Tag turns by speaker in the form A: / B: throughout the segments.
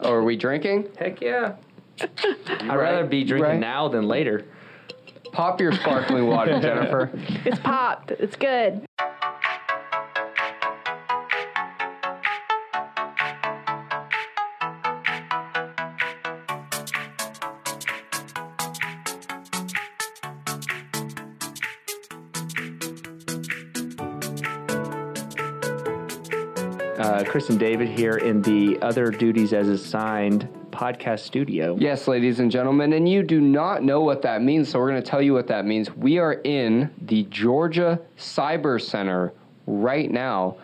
A: Oh, are we drinking?
B: Heck yeah. I'd
A: right,
B: rather be drinking
A: right.
B: now than later.
A: Pop your sparkling water, Jennifer.
C: It's popped. It's good.
B: Uh, Chris and David here in the Other Duties as Assigned podcast studio.
A: Yes, ladies and gentlemen, and you do not know what that means, so we're going to tell you what that means. We are in the Georgia Cyber Center right now.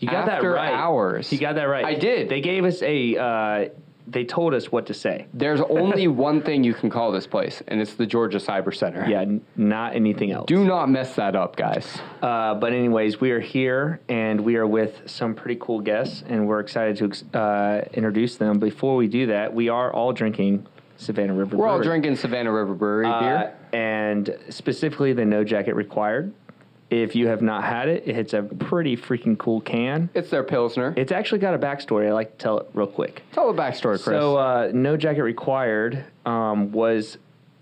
B: You got
A: after
B: that right.
A: hours.
B: You got that right.
A: I did.
B: They gave us a. Uh, they told us what to say.
A: There's only one thing you can call this place, and it's the Georgia Cyber Center.
B: Yeah, n- not anything else.
A: Do not mess that up, guys.
B: Uh, but anyways, we are here and we are with some pretty cool guests, and we're excited to ex- uh, introduce them. Before we do that, we are all drinking Savannah River.
A: We're all
B: Brewery.
A: drinking Savannah River Brewery
B: Uh,
A: beer.
B: and specifically the no jacket required. If you have not had it, it's a pretty freaking cool can.
A: It's their Pilsner.
B: It's actually got a backstory. I like to tell it real quick.
A: Tell the backstory, Chris.
B: So, uh, no jacket required um, was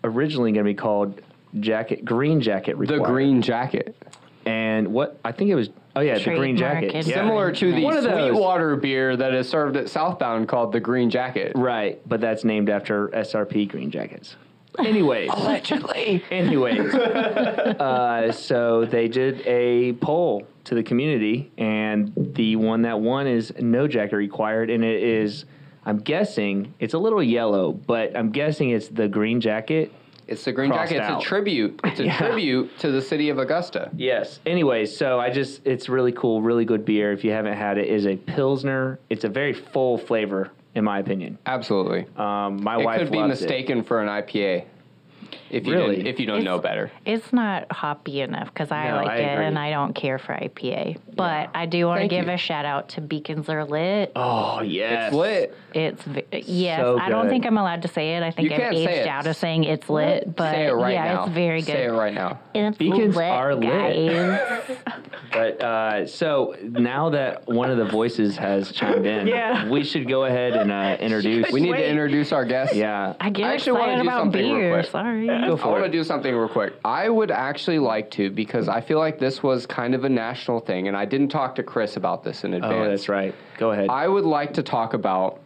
B: originally going to be called jacket green jacket
A: the
B: required.
A: green jacket.
B: and what I think it was. Oh yeah, the green
D: Trademark
B: jacket.
D: is
B: Yeah.
A: Similar to the
B: One of those.
A: Sweetwater beer that is served at Southbound called the Green Jacket.
B: Right, but that's named after SRP Green Jackets. Anyways,
A: Allegedly.
B: anyways, uh, so they did a poll to the community, and the one that won is no jacket required, and it is, I'm guessing, it's a little yellow, but I'm guessing it's the green jacket.
A: It's the Green
B: Crossed
A: Jacket. It's
B: out.
A: a tribute. It's a
B: Yeah.
A: tribute to the city of Augusta.
B: Yes. Anyways, so I just, it's really cool, really good beer. If you haven't had it, it is a pilsner. It's a very full flavor, in my opinion.
A: Absolutely.
B: Um, my
A: it
B: wife
A: could be
B: loves it.
A: mistaken for an IPA. If you
B: Really?
A: didn't- if you don't know
D: It's-
A: better.
D: It's not hoppy enough because I
B: No,
D: like
B: I
D: it
B: agree.
D: and I don't care for IPA. But I do want to
A: Thank
D: give
A: you.
D: a shout out to Beacons Are Lit.
B: Oh, yes.
A: It's lit.
D: It's v- yes.
B: So
D: I don't
B: good.
D: think I'm allowed to say it. I think
A: You
D: I've
A: can't say
D: aged
A: it.
D: out of saying it's lit. But
A: Say it right
D: yeah,
A: now.
D: it's very good.
A: Say it right now.
D: It's
B: Beacons
D: lit,
B: are lit.
D: guys.
B: But uh, so now that one of the voices has chimed in,
C: Yeah.
B: we should go ahead and uh, introduce.
A: We need
C: Wait.
A: to introduce our guests.
B: yeah.
D: I get
A: I actually wanna
D: excited
A: do
D: about
A: something real
D: beer.
A: quick.
D: Sorry.
B: Go
A: I
B: for
A: want to
B: it.
A: do something real quick. I would actually like to because I feel like this was kind of a national thing, and I didn't talk to Chris about this in advance.
B: oh, that's right. Go ahead.
A: I would like to talk about.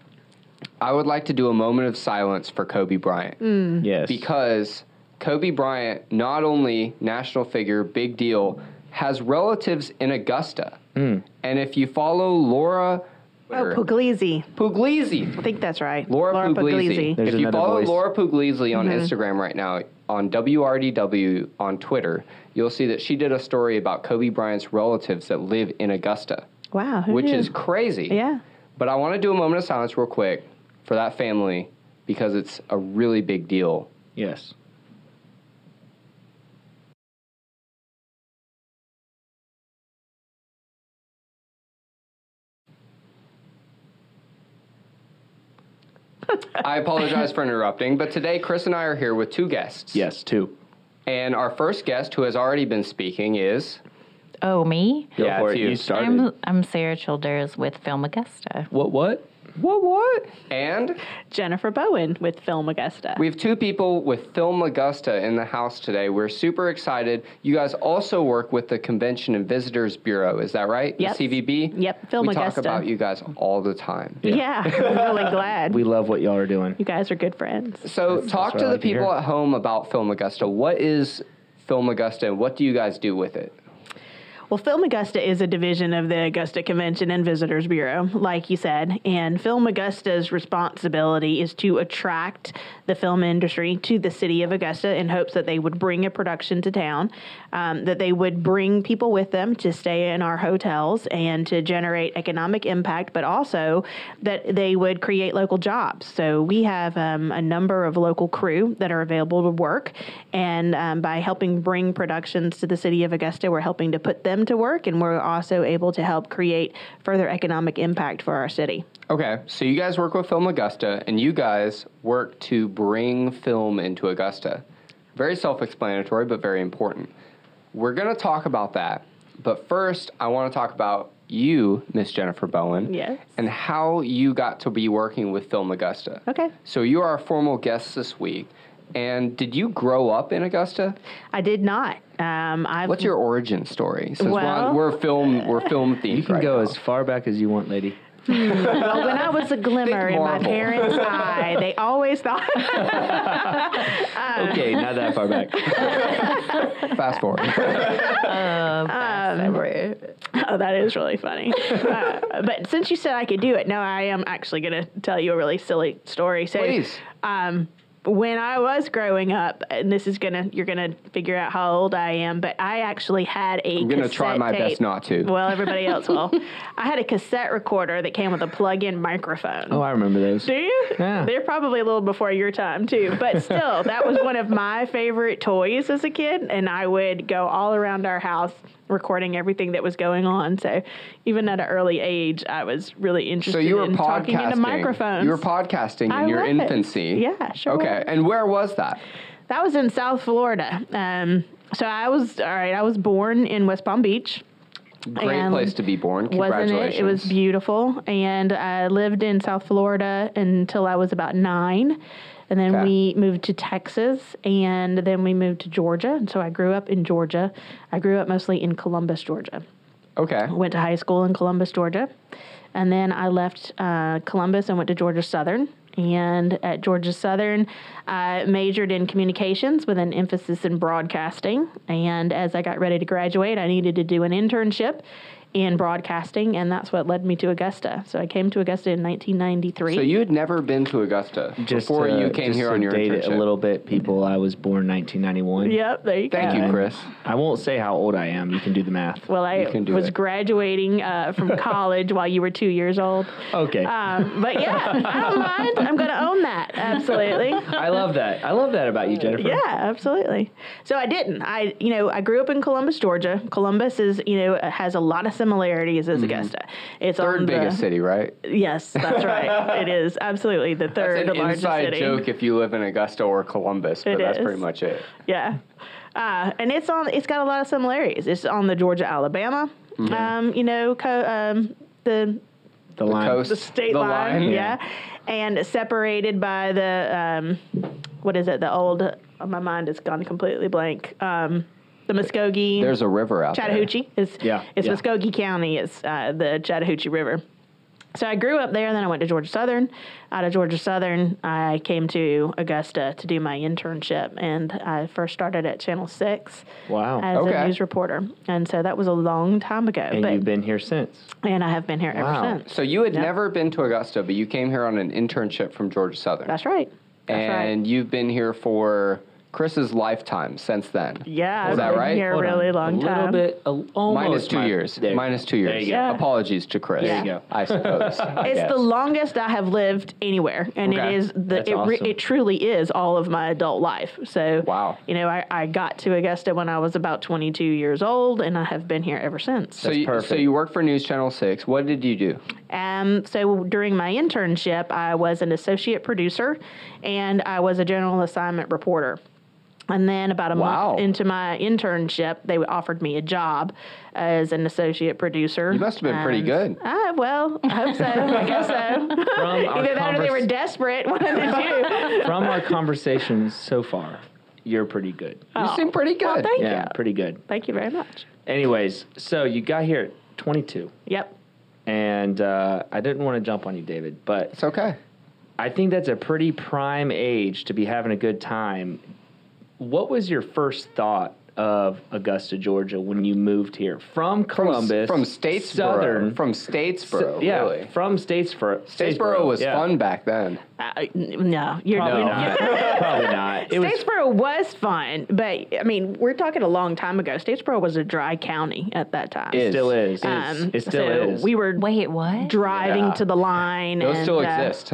A: I would like to do a moment of silence for Kobe Bryant
B: yes.
A: because Kobe Bryant, not only national figure, big deal, has relatives in Augusta.
B: Mm.
A: And if you follow Laura
C: Oh,
A: or-
C: Puglisi.
A: Puglisi,
C: I think that's right.
A: Laura, Puglisi.
B: There's
A: if you
B: another
A: follow
B: voice.
A: Laura Puglisi on Instagram right now, on WRDW on Twitter, you'll see that she did a story about Kobe Bryant's relatives that live in Augusta,
C: Wow. who
A: which
C: knew?
A: is crazy.
C: Oh, Yeah.
A: But I want to do a moment of silence real quick for that family because it's a really big deal.
B: yes.
A: I apologize for interrupting, but today Chris and I are here with two guests.
B: Yes. Two.
A: And our first guest, who has already been speaking, is
D: Oh me.
B: Go
A: Yeah,
B: for
A: it's
B: it.
A: you.
B: You started.
D: I'm I'm Sarah Childers with Film Augusta.
B: what? What?
A: what what? And
C: Jennifer Bowen with Film Augusta.
A: we have two people with Film Augusta in the house today. We're super excited. You guys also work with the Convention and Visitors Bureau, is that right? The
C: Yes.
A: CVB.
C: Yep, Film
A: we
C: Augusta.
A: talk about you guys all the time.
C: yeah. I'm really glad.
B: We love what y'all are doing.
C: you guys are good friends.
A: So talk
B: what
A: to
B: I
A: the
B: like to
A: people
B: hear.
A: at home about Film Augusta. What is Film Augusta, and what do you guys do with it?
C: Well, Film Augusta is a division of the Augusta Convention and Visitors Bureau, like you said. And Film Augusta's responsibility is to attract the film industry to the city of Augusta in hopes that they would bring a production to town, um, that they would bring people with them to stay in our hotels and to generate economic impact, but also that they would create local jobs. So we have um, a number of local crew that are available to work. And um, by helping bring productions to the city of Augusta, we're helping to put them to work. And we're also able to help create further economic impact for our city.
A: Okay, so you guys work with Film Augusta, and you guys work to bring film into Augusta. Very self explanatory, but very important. We're going to talk about that. But first, I want to talk about you, Miss Jennifer Bowen,
C: Yes.
A: and how you got to be working with Film Augusta.
C: Okay.
A: So you are our formal guest this week. And did you grow up in Augusta?
C: I did not. Um, I've,
A: What's your origin story? Since we're, on-
C: Well-
A: we're film, we're film themed.
B: You can
A: right
B: go
A: now.
B: as far back as you want, lady.
C: Well, when I was a glimmer in my
A: Marvel.
C: parents' eye, they always thought.
A: Uh.
B: Okay, not that far back.
A: fast forward. Um,
C: oh, that is really funny. Uh, but since you said I could do it, no, I am actually going to tell you a really silly story. So,
A: Please.
C: um, when I was growing up, and this is gonna, you're gonna figure out how old I am, but I actually had a.
A: I'm gonna try
C: cassette
A: my best
C: tape.
A: not to.
C: Well, everybody else will. I had a cassette recorder that came with a plug-in microphone.
B: Oh, I remember those.
C: Do you?
B: Yeah.
C: They're probably a little before your time too. But still, that was one of my favorite toys as a kid, and I would go all around our house recording everything that was going on. So even at an early age, I was really
A: so
C: interested
A: you were
C: in talking
A: podcasting.
C: into microphones.
A: You were podcasting in
C: I
A: your
C: was.
A: infancy.
C: Yeah, sure
A: Okay.
C: was.
A: And where was that?
C: that was in South Florida. Um, so I was all right. I was born in West Palm Beach.
A: Great
C: And
A: place to be born.
C: wasn't it?
A: Congratulations.
C: It was beautiful. And I lived in South Florida until I was about nine. And then
A: Okay.
C: we moved to Texas and then we moved to Georgia. And so I grew up in Georgia. I grew up mostly in Columbus, Georgia.
A: Okay.
C: Went to high school in Columbus, Georgia. And then I left uh, Columbus and went to Georgia Southern. And at Georgia Southern, I majored in communications with an emphasis in broadcasting. And as I got ready to graduate, I needed to do an internship in broadcasting. And that's what led me to Augusta. So I came to Augusta in 1993.
A: So you had never been to Augusta
B: Just
A: before
B: to-
A: you came
B: just
A: here
B: to
A: on your
B: date it
A: internship.
B: a little bit, people. I was born 1991.
C: yep, there you go.
A: Thank you,
B: And
A: Chris.
B: I won't say how old I am. You can do the math.
C: Well, I
A: You can do
C: was
A: it.
C: graduating uh, from college while you were two years old.
B: Okay.
A: uh,
C: Um, but yeah, I don't mind. I'm going to own that. Absolutely.
B: I love that. I love that
A: uh,
B: about you, Jennifer.
C: Yeah, absolutely. So I didn't. I, you know, I grew up in Columbus, Georgia. Columbus is, you know, has a lot of similarities as Augusta. It's on
A: Mm-hmm. Third
C: the-
A: biggest city, right?
C: Yes, that's right. it is absolutely the third
A: It's an
C: largest
A: inside
C: city.
A: joke if you live in Augusta or Columbus, but
C: It
A: that's
C: is.
A: pretty much it.
C: Yeah, uh, and it's on. It's got a lot of similarities. It's on the Georgia Alabama,
A: Mm-hmm.
C: um, you know, co- um, the
B: The line.
A: coast.
C: the state
A: The
C: line,
A: line,
C: yeah. and separated by the um, what is it? The old. oh, my mind has gone completely blank. Um, the Muskogee.
A: There's a river out
C: Chattahoochee. It's
B: Yeah,
C: it's
B: yeah.
C: Muskogee County. It's uh, the Chattahoochee River. So I grew up there, and then I went to Georgia Southern. Out of Georgia Southern, I came to Augusta to do my internship, and I first started at Channel Six
B: Wow.
C: as
A: Okay.
C: a news reporter, and so that was a long time ago.
B: and
C: but
B: you've been here since.
C: and I have been here
B: Wow.
C: ever since.
A: So you had
C: Yeah.
A: never been to Augusta, but you came here on an internship from Georgia Southern.
C: That's right. That's
A: and
C: right.
A: you've been here for Chris's lifetime since then.
C: Yeah,
A: Is
C: I've
A: that
C: been
A: right?
C: here a
B: Hold on.
C: really long
B: A little
C: time.
B: bit. A, almost
A: Minus two
B: my-
A: years.
B: There.
A: Minus two years.
B: There you go.
C: Yeah.
A: Apologies to Chris.
C: There you
B: go.
A: I suppose.
C: It's
B: Yes.
C: the longest I have lived anywhere, and
A: Okay.
C: it is the
B: That's
C: it, re-
B: awesome.
C: it truly is all of my adult life. So
A: Wow.
C: you know, I, I got to Augusta when I was about 22 years old, and I have been here ever since.
A: so, you, so
B: perfect.
A: you worked for News Channel 6. What did you do?
C: Um, so during my internship, I was an associate producer, and I was a general assignment reporter. And then about a
A: Wow.
C: month into my internship, they offered me a job as an associate producer.
A: You must have been pretty good.
C: Ah, well, I hope so. I guess so.
B: From our
C: Either that or they were
B: convers-
C: desperate. One of the two.
B: From our conversations so far, you're pretty good.
A: You seem pretty good.
C: Oh. Well, thank
B: yeah,
C: you.
B: pretty good.
C: Thank you very much.
B: Anyways, so you got here at 22,
C: Yep.
B: and uh, I didn't want to jump on you, David, but
A: it's okay.
B: I think that's a pretty prime age to be having a good time. What was your first thought of Augusta, Georgia, when you moved here from Columbus,
A: From Statesboro.
B: Southern,
A: From Statesboro,
B: yeah,
A: Oh, really.
B: from Statesboro.
A: Statesboro was
B: yeah.
A: fun back then.
C: Uh, n- no, you're
B: Probably
C: you're-
B: not. Probably not. It was
C: Statesboro was fun, but I mean, we're talking a long time ago. Statesboro was a dry county at that time.
A: Is.
B: still is.
C: Um,
B: it still
C: so
B: is.
C: We were
D: Wait, what?
C: driving
A: Yeah.
C: to the line.
A: Those
C: and,
A: still
C: uh,
A: exist.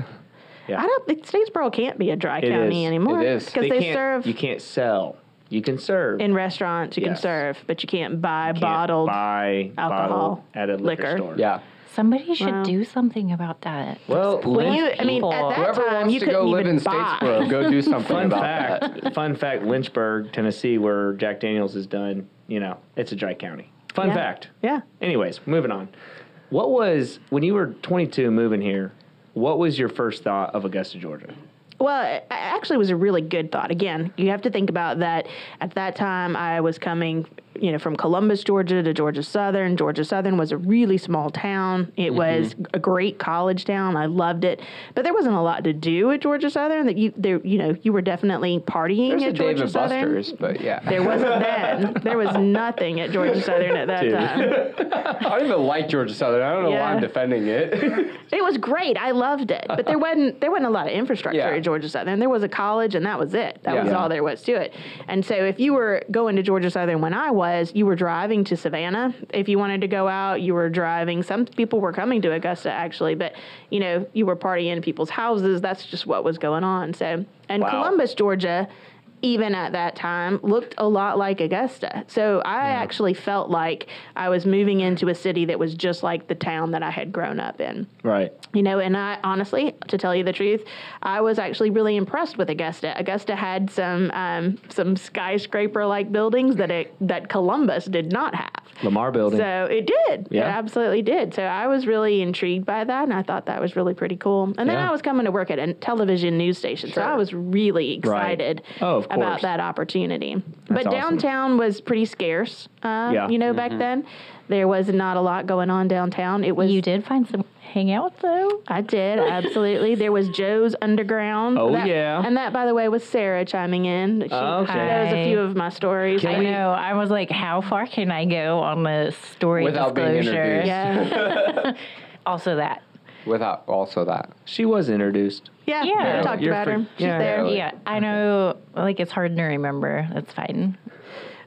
C: I don't think Statesboro can't be a dry
B: It
C: county
B: is.
C: anymore.
A: It is.
C: Because
B: They
C: they,
B: can't-
C: serve
B: You can't sell. You can serve.
C: in restaurants, you can
B: Yes.
C: serve, but you can't buy
B: Can't
C: bottled.
B: buy
C: alcohol,
B: bottled at a liquor,
C: liquor.
B: store.
A: Yeah.
D: Somebody should
C: Wow.
D: do something about that.
B: Well,
C: When
B: Lynn-
C: you, I mean, at
D: People.
C: that
A: Whoever
C: time,
A: wants
C: you
A: to
C: couldn't
A: go live
C: even
A: in
C: buy.
A: Statesboro, go do something
B: fun
A: about that.
B: fact, fun fact, Lynchburg, Tennessee, where Jack Daniels is done, you know, it's a dry county. Fun
C: Yeah.
B: fact.
C: Yeah.
B: Anyways, moving on. What was when you were 22 moving here? What was your first thought of Augusta, Georgia?
C: Well, it it actually was a really good thought. Again, you have to think about that at that time I was coming, you know, from Columbus, Georgia to Georgia Southern. Georgia Southern was a really small town. It was a great college town. I loved it. But there wasn't a lot to do at Georgia Southern that you there you know, you were definitely partying
A: There's
C: at
A: a
C: Georgia
A: David
C: Southern.
A: Buster's, but yeah.
C: There wasn't then. There was nothing at Georgia Southern at that
B: Dude.
C: time.
A: I don't even like Georgia Southern. I don't know
C: Yeah.
A: why I'm defending it.
C: It was great. I loved it. But there wasn't there wasn't a lot of infrastructure
A: Yeah.
C: at Georgia Southern. There was a college and that was it. That was
A: Yeah.
C: all there was to it. And so if you were going to Georgia Southern when I was, you were driving to Savannah. If you wanted to go out, you were driving. Some people were coming to Augusta actually, but you know, you were partying in people's houses. That's just what was going on. So and
B: Wow.
C: Columbus, Georgia even at that time looked a lot like Augusta. So I actually felt like I was moving into a city that was just like the town that I had grown up in.
B: Right.
C: You know, and I honestly, to tell you the truth, I was actually really impressed with Augusta. Augusta had some um, some skyscraper like buildings that it that Columbus did not have.
B: Lamar Building.
C: So it did. It
B: Yeah.
C: absolutely did. So I was really intrigued by that, and I thought that was really pretty cool. And then
B: Yeah.
C: I was coming to work at a television news station, so I was really excited
B: Oh, of course.
C: about that opportunity. but
B: awesome.
C: downtown was pretty scarce, uh,
B: Yeah. Mm-hmm.
C: you know, back then. There was not a lot going on downtown. It was
D: You did find some hangout though.
C: I did, absolutely. There was Joe's Underground.
B: Oh,
C: That-
B: yeah. Oh,
C: And that, by the way, was Sarah chiming in. She
B: Okay.
C: knows a few of my stories.
B: Can
D: I
B: we-
D: know. I was like, how far can I go on the story
A: Without being
D: disclosure?
A: introduced.
C: yeah.
D: Also that.
A: Without also that.
B: she was introduced.
C: Yeah.
D: Yeah.
C: We talked
B: You're
C: about
B: free-
C: her. She's
B: yeah,
C: there.
A: Really?
D: Yeah, I know. Like it's hard to remember. That's fine.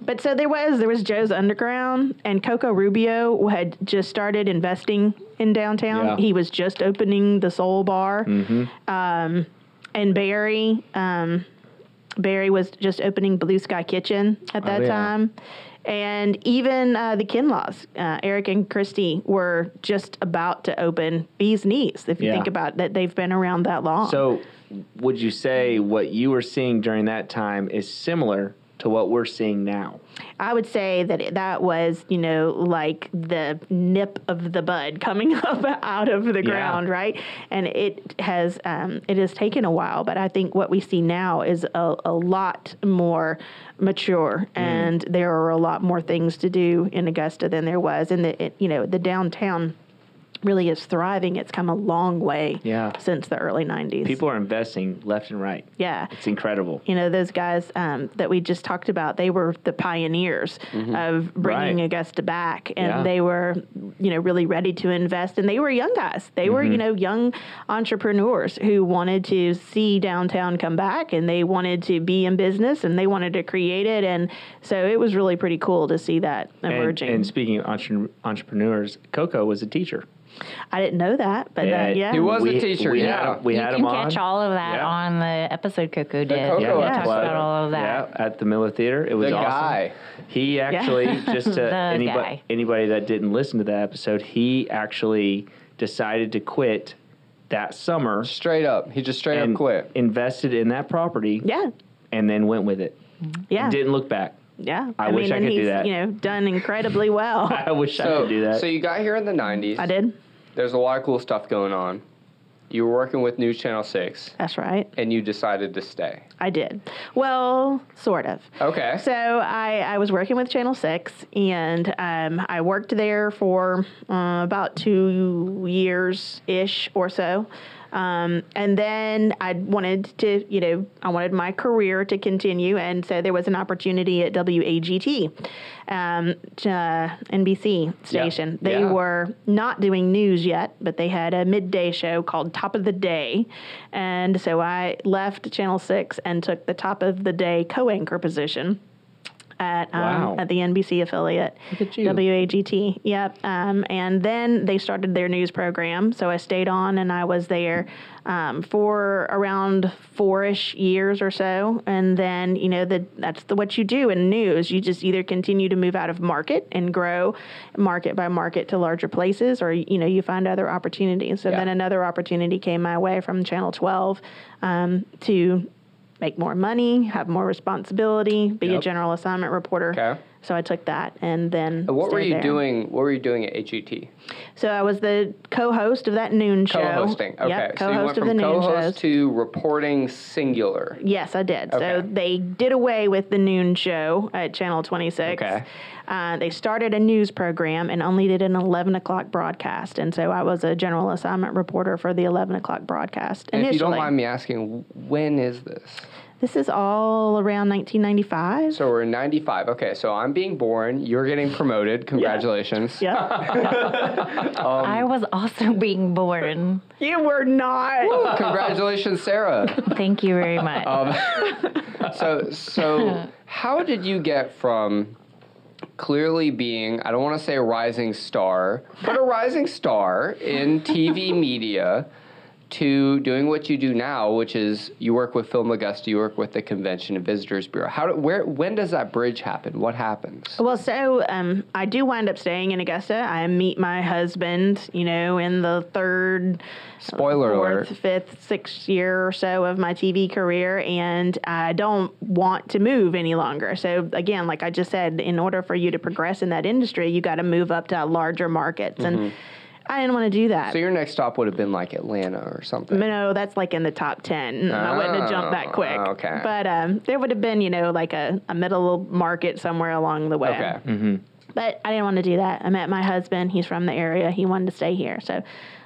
C: But so there was there was Joe's Underground and Coco Rubio had just started investing in downtown.
B: Yeah. Mm-hmm.
C: He was just opening the Soul Bar. Um, and Barry um, Barry was just opening Blue Sky Kitchen at that
B: Oh, yeah.
C: time. And even uh, the Kinlaws, uh, Eric and Christy, were just about to open Bee's Knees. If you
B: Yeah.
C: think about that, they've been around that long.
B: So, would you say what you were seeing during that time is similar to what we're seeing now?
C: I would say that it, that was, you know, like the nip of the bud coming up out of the ground, right? And it has um, it has taken a while, but I think what we see now is a, a lot more
B: Mm.
C: mature, and there are a lot more things to do in Augusta than there was, and the it, you know the downtown really is thriving. It's come a long way
B: Yeah.
C: since the early '90s.
B: People are investing left and right.
C: yeah,
B: It's incredible.
C: you know those guys um, that we just talked about they were the pioneers of bringing
B: Mm-hmm. Right.
C: augusta back and
B: Yeah.
C: they were you know really ready to invest and they were young guys they were
B: Mm-hmm.
C: you know young entrepreneurs who wanted to see downtown come back and they wanted to be in business and they wanted to create it and so it was really pretty cool to see that
B: And,
C: emerging
B: and speaking of entre- entrepreneurs, Coco was a teacher.
C: i didn't know that but yeah, yeah.
A: He was a
B: We-
A: teacher,
B: We
A: yeah.
B: had, him- we
D: you
B: had
D: can
B: him on.
D: catch all of that
B: Yeah.
D: on the episode Coco did.
A: Coco
D: We talked
C: episode.
D: about all of that.
B: Yeah, at the Miller Theater. It was
A: The
B: awesome.
A: guy.
B: He actually just
D: The
B: to anybody
D: guy.
B: anybody that didn't listen to that episode, he actually decided to quit that summer
A: Straight up. He just straight
B: and
A: up quit.
B: invested in that property
C: yeah
B: and then went with it.
C: yeah
B: Didn't look back.
C: yeah
B: I wish
C: mean
B: I
C: and
B: could do
C: he's
B: that.
C: you know done incredibly well
B: I wish I
A: So,
B: could do that.
A: so you got here in the 90s.
C: i did
A: There's a lot of cool stuff going on. You were working with News Channel 6
C: that's right
A: and you decided to stay.
C: I did. Well, sort of.
A: Okay.
C: So I, I was working with Channel 6, and um, I worked there for uh, about two years ish or so. Um, and then I wanted to, you know, I wanted my career to continue. And so there was an opportunity at WAGT, um, to, uh, NBC station. They
A: Yeah.
C: were not doing news yet, but they had a midday show called Top of the Day. And so I left Channel 6 and took the Top of the Day co anchor position at um,
B: Wow.
C: at the NBC affiliate,
B: Look at you.
C: WAGT. Yep. Um, and then they started their news program, so I stayed on and I was there um, for around four-ish years or so. And then you know the, that's the, what you do in news. You just either continue to move out of market and grow market by market to larger places, or you know you find other opportunities. So
A: Yeah.
C: then another opportunity came my way from Channel 12 um, to make more money, have more responsibility, be a
B: Yep.
C: general assignment reporter.
A: Okay.
C: So I took that and then.
A: What were
C: stayed
A: you
C: there.
A: doing? What were you doing at E HET?
C: So I was the co-host of that noon show.
A: Co-hosting. Okay.
C: Yep,
A: so you went
C: co-host
A: from
C: of the noon
A: co-host
C: shows.
A: to reporting singular.
C: Yes, I did. So
A: Okay.
C: they did away with the noon show at Channel 26.
B: Okay.
C: Uh, they started a news program and only did an 11 o'clock broadcast. And so I was a general assignment reporter for the 11 o'clock broadcast.
A: And
C: initially.
A: if you don't mind me asking, when is this?
C: This is all around 1995.
A: So we're in 95. Okay, so I'm being born. You're getting promoted. Congratulations.
C: yeah.
A: Um,
D: I was also being born.
C: you were not.
A: Congratulations, Sarah.
D: Thank you very much.
A: Um, So, so how did you get from clearly being, I don't want to say a rising star, but a rising star in TV media to doing what you do now, which is you work with Film Augusta, you work with the Convention and Visitors Bureau. How do, where when does that bridge happen? What happens?
C: Well, so um, I do wind up staying in Augusta. I meet my husband, you know, in the third,
A: Spoiler
C: fourth,
A: alert.
C: fifth, sixth year or so of my TV career, and I don't want to move any longer. So, again, like I just said, in order for you to progress in that industry, you got to move up to larger markets. And I didn't want to do that.
A: Mm-hmm. So your next stop would have been like Atlanta or something.
C: No, that's like in the top 10. I wouldn't have jumped
A: Oh,
C: that quick.
A: okay.
C: But um, there would have been, you know, like a, a middle market somewhere along the way.
A: Okay.
C: But I didn't want to do that. I met my husband. He's from the area. He wanted to stay here. So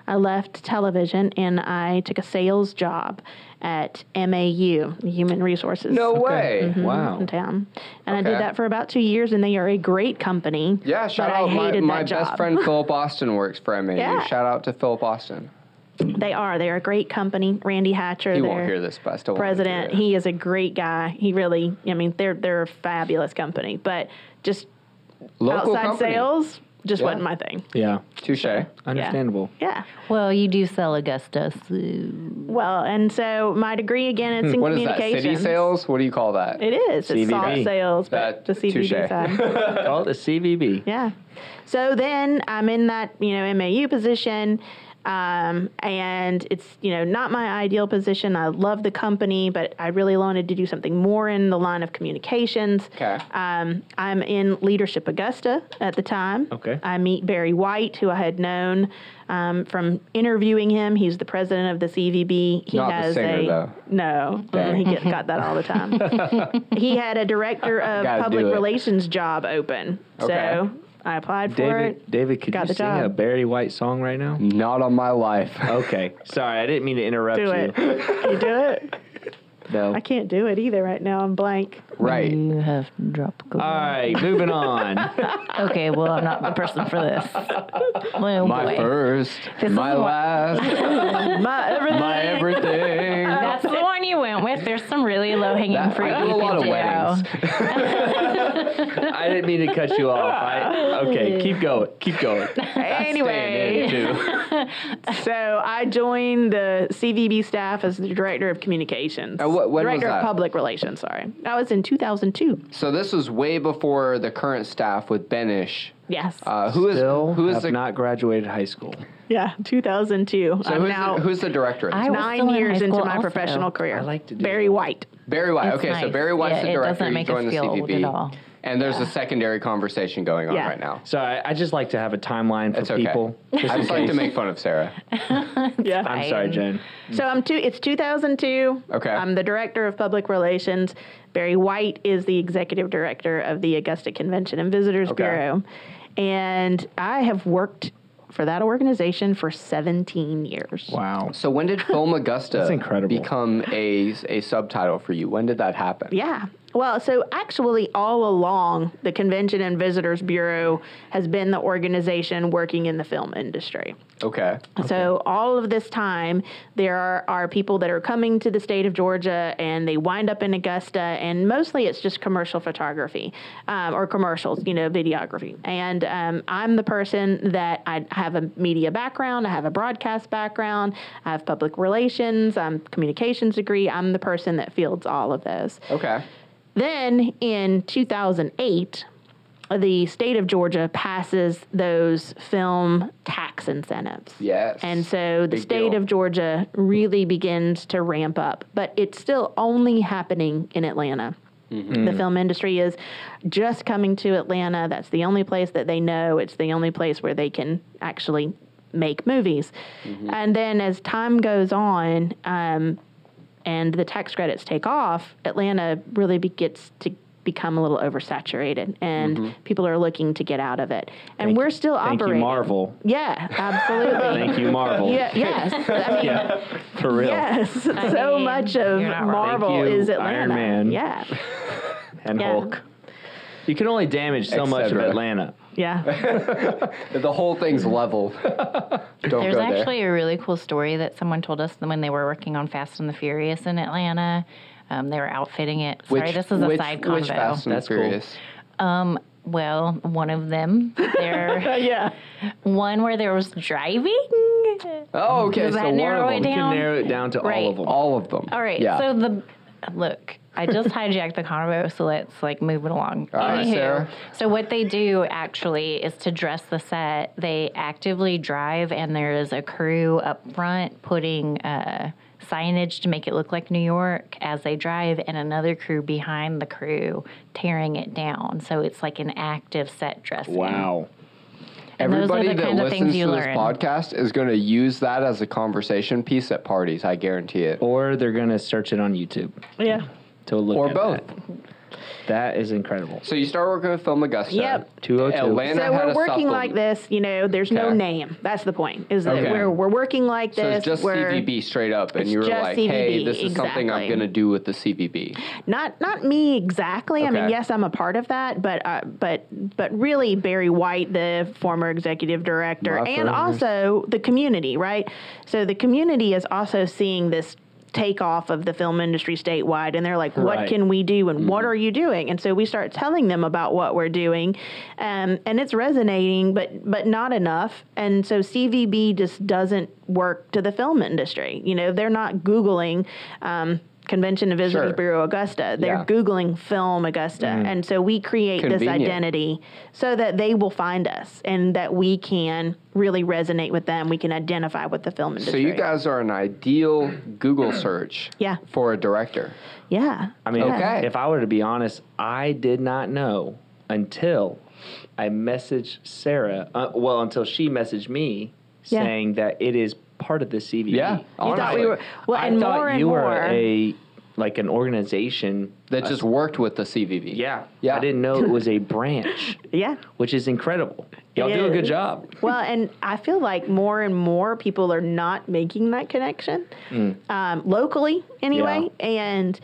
C: I left television and I took a sales job at MAU, Human Resources.
A: No
B: Okay.
A: way.
B: Wow.
C: In town. And I
A: Okay.
C: did that for about two years, and they are a great company.
A: Yeah, shout
C: but
A: out
C: I
A: my,
C: hated
A: my
C: that
A: best
C: job.
A: friend Philip Austin works for MAU.
C: Yeah.
A: Shout out to Philip Austin.
C: They are. They are a great company. Randy Hatcher.
A: He
C: their
A: won't hear this, but I still want him to
C: President,
A: hear it.
C: he is a great guy. He really, I mean, they're they're a fabulous company, but just
A: Local
C: outside
A: company.
C: sales just
A: Yeah.
C: wasn't my thing.
B: Yeah.
A: Touche.
B: Understandable.
C: Yeah.
D: well, you do sell Augusta. So.
C: Well, and so my degree again, it's in
A: Hmm, What is that?
C: communications.
A: City sales? What do you call that?
C: It is. It's
B: CVB.
C: soft sales, but
A: That-
C: the CBD
A: Uh, touche.
C: side.
B: Call it the CVB.
A: Mm.
C: yeah. So then I'm in that you know MAU position, um, and it's you know not my ideal position. I love the company, but I really wanted to do something more in the line of communications.
A: Okay.
C: Um, I'm in Leadership Augusta at the time.
B: Okay.
C: I meet Barry White, who I had known um, from interviewing him. He's the president of the CVB. He
A: Not the
C: has
A: singer,
C: a
A: though.
C: no.
A: Dang.
C: He get, got that all the time. he had a director of
A: Gotta
C: public
A: do it.
C: relations job open.
A: Okay.
C: So I applied for
B: David,
C: it.
B: David, could
C: Got
B: you
C: the
B: sing
C: job.
B: a Barry White song right now?
A: Not on my life.
B: Okay. Sorry, I didn't mean to interrupt
C: Do
B: you.
C: it. you do it.
B: No.
C: I can't do it either right now. I'm blank.
A: right. Uh,
D: You have to drop Google.
B: All right, moving on.
D: okay, well, I'm not the person for this. Oh,
A: My
D: boy.
A: first,
D: This is
A: my
D: what-
A: last,
C: My everything.
A: my everything.
D: That's the one you went with. There's some really low hanging
A: That-
D: fruit.
A: I
D: you
A: do a lot
D: could
A: of
D: do.
A: weddings.
B: I didn't mean to cut you off. I, okay, keep going. Keep going.
C: Anyway.
B: That's staying in, too.
C: So I joined the CVB staff as the director of communications.
A: And Uh, what- when was
C: director
A: that?
C: of public relations. Sorry, that was in 2002.
A: So this was way before the current staff with Benish.
C: Yes.
A: Uh, who is
B: Still
A: who is
B: have
A: the
B: not graduated high school.
C: yeah, 2002.
A: so
C: I'm
A: who's,
C: now
A: the, who's the director?
D: I- was
C: nine
D: still in
C: years
D: high
C: into
D: school
C: my
D: also.
C: professional career.
B: I like to do
C: Barry White.
A: Barry White.
D: It's
A: Okay, so
D: nice.
A: Barry White's
D: Yeah,
A: the
D: it
A: director.
D: doesn't make
A: you
D: us
A: joined
D: feel old
A: the CVB.
D: at all.
A: And there's a secondary conversation going on
C: Yeah.
A: right now.
B: So I, I just like to have a timeline for
A: It's okay.
B: people.
A: I just like to make fun of Sarah.
C: Yeah.
B: I'm sorry, Jen.
C: So I'm two. It's 2002.
A: Okay.
C: I'm the director of public relations. Barry White is the executive director of the Augusta Convention and Visitors
A: Okay.
C: Bureau, and I have worked for that organization for 17 years.
B: Wow.
A: So when did Film Augusta
B: That's incredible.
A: become a, a subtitle for you? When did that happen?
C: Yeah. Well, so actually, all along, the Convention and Visitors Bureau has been the organization working in the film industry.
A: Okay.
C: So, all of this time, there are, are people that are coming to the state of Georgia and they wind up in Augusta, and mostly it's just commercial photography um, or commercials, you know, videography. And um, I'm the person that I have a media background, I have a broadcast background, I have public relations, I'm communications degree. I'm the person that fields all of those.
A: Okay.
C: Then in 2008, the state of Georgia passes those film tax incentives.
A: Yes.
C: And so the
A: Big
C: state
A: deal.
C: of Georgia really begins to ramp up, but it's still only happening in Atlanta.
B: Mm-hmm.
C: The film industry is just coming to Atlanta. That's the only place that they know. It's the only place where they can actually make movies.
B: Mm-hmm.
C: And then as time goes on, um, and the tax credits take off, Atlanta really be- gets to become a little oversaturated, and people are looking to get out of it. And
B: Mm-hmm. Thank-
C: we're still
B: Thank
C: operating.
B: you, Marvel.
C: Yeah, absolutely.
B: Thank you, Marvel.
C: Yeah, yes. I mean,
B: Yeah, for real.
C: yes.
D: I
C: so
D: mean,
C: much of
D: you're not wrong.
C: Marvel
B: Thank you,
C: is Atlanta.
B: Iron Man.
C: Yeah.
B: And
C: Yeah.
B: Hulk. You can only damage so
A: Et
B: much of
A: cetera.
B: Atlanta.
C: Yeah.
A: The whole thing's
B: Mm-hmm.
A: level. Don't
D: There's
A: go
D: actually a really cool story that someone told us when they were working on Fast and the Furious in Atlanta. Um, they were outfitting it.
A: there.
D: Sorry, this is a
A: which,
D: side
A: which
D: convo.
A: Fast and
B: That's cool.
A: Furious?
D: Um, well, one of them, there,
C: Uh, yeah.
D: one where there was driving.
A: Oh, okay.
D: Does
A: so
D: that
A: one
D: narrow
A: of
D: it
A: them.
B: You
D: Down.
B: can narrow it down to all
D: Right.
B: of them.
A: All of them.
D: All right,
A: Yeah.
D: so the look, I just hijacked the convo, so let's like move it along.
A: All right,
D: Anywho,
A: Sarah.
D: So what they do actually is to dress the set. They actively drive, and there is a crew up front putting. Uh, Signage to make it look like New York as they drive, and another crew behind the crew tearing it down. So it's like an active set dressing.
B: Wow.
D: And those are
A: Everybody
D: the
A: that
D: kind of things
A: listens to
D: you
A: this
D: learn.
A: podcast is going to use that as a conversation piece at parties. I guarantee it.
B: Or they're going to search it on YouTube
C: Yeah.
B: to look
A: Or
B: at
A: both.
B: that. That is incredible.
A: So you start working with Film Augusta.
C: Yep.
B: 202.
A: Atlanta
C: So
A: had
C: we're
A: a
C: working
A: supplement.
C: like this, you know, there's no
A: Okay.
C: name. That's the point. Is that
A: Okay.
C: we're we're working like
A: So
C: this.
A: it's just
C: we're
A: CVB straight up, and
C: it's
A: you were
C: just
A: like, "Hey,
C: CVB,
A: this is something I'm
C: exactly.
A: going to do with the CVB."
C: not not me exactly. I mean,
A: Okay.
C: yes, I'm a part of that, but uh, but but really Barry White, the former executive director,
A: My
C: and
A: friend.
C: also the community, right? So the community is also seeing this takeoff of the film industry statewide and they're like what
B: Right.
C: can we do and
A: Mm-hmm.
C: what are you doing and so we start telling them about what we're doing um, and it's resonating but but not enough and so cvb just doesn't work to the film industry you know they're not googling um, convention and visitors
A: Sure.
C: bureau augusta they're
A: Yeah. Mm.
C: googling film augusta and so we create this
A: Convenient.
C: identity so that they will find us and that we can really resonate with them we can identify with the film industry
A: So you guys are an ideal Google search
C: Yeah.
A: for a director.
C: yeah
B: I mean,
A: Okay.
B: if I were to be honest, I did not know until I messaged Sarah. Uh, well, until she messaged me
C: Yeah.
B: saying that it is part of the CVB.
A: Yeah, You
C: you thought we
A: honestly.
C: were well
B: I
C: and
B: thought
C: more and
B: you
C: more
B: were a like an organization.
A: That just worked with the CVB.
B: Yeah,
A: Yeah.
B: I didn't know it was a branch,
C: yeah
B: which is incredible. Y'all
C: It
B: do a good
C: is.
B: job.
C: well, and I feel like more and more people are not making that connection
A: Mm.
C: um, locally, anyway. And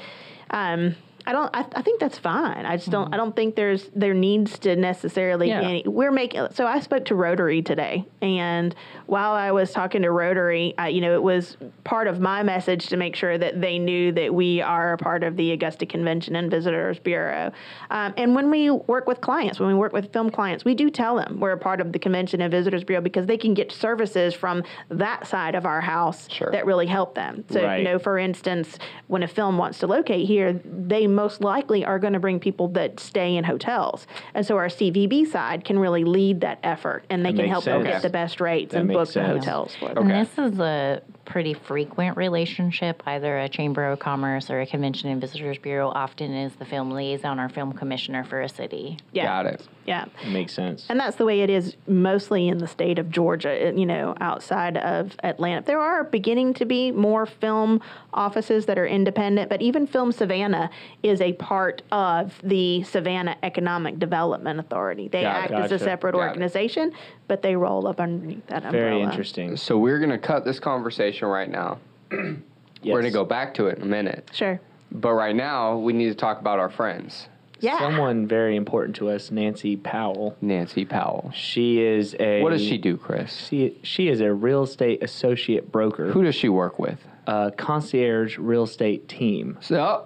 C: um, I don't. I, I think that's fine. I just
A: Mm-hmm.
C: don't. I don't think there's there needs to necessarily.
B: Yeah.
C: Any, we're making. So I spoke to Rotary today, and while I was talking to Rotary, I, you know, it was part of my message to make sure that they knew that we are a part of the Augusta Convention and Visitors Bureau. Um, and when we work with clients, when we work with film clients, we do tell them we're a part of the Convention and Visitors Bureau because they can get services from that side of our house
A: Sure.
C: that really help them. So,
B: Right.
C: you know, for instance, when a film wants to locate here, they most likely are going to bring people that stay in hotels. And so our CVB side can really lead that effort and they
B: That
C: can
B: makes
C: help them
B: sense.
C: get the best rates
B: That
C: and
B: makes
C: book the
B: sense.
C: hotels for them.
A: Okay.
D: And this is a pretty frequent relationship. Either a Chamber of Commerce or a Convention and Visitors Bureau often is the film liaison or film commissioner for a city.
C: Yeah.
A: Got it.
C: Yeah.
B: Makes sense.
C: And that's the way it is mostly in the state of Georgia, it- you know, outside of Atlanta. There are beginning to be more film offices that are independent, but even Film Savannah is a part of the Savannah Economic Development Authority. They
A: Got it.
C: act as
B: Gotcha.
C: a separate
A: Got it.
C: organization, but they roll up underneath that umbrella.
B: Very interesting.
A: So we're going to cut this conversation right now. We're going to
B: Yes.
A: go back to it in a minute.
C: Sure.
A: But right now, we need to talk about our friends,
C: Yeah.
B: Someone very important to us, Nancy Powell.
A: Nancy Powell.
B: She is a.
A: What does she do, Chris?
B: She, she is a real estate associate broker.
A: Who does she work with?
B: a concierge real estate team.
A: So,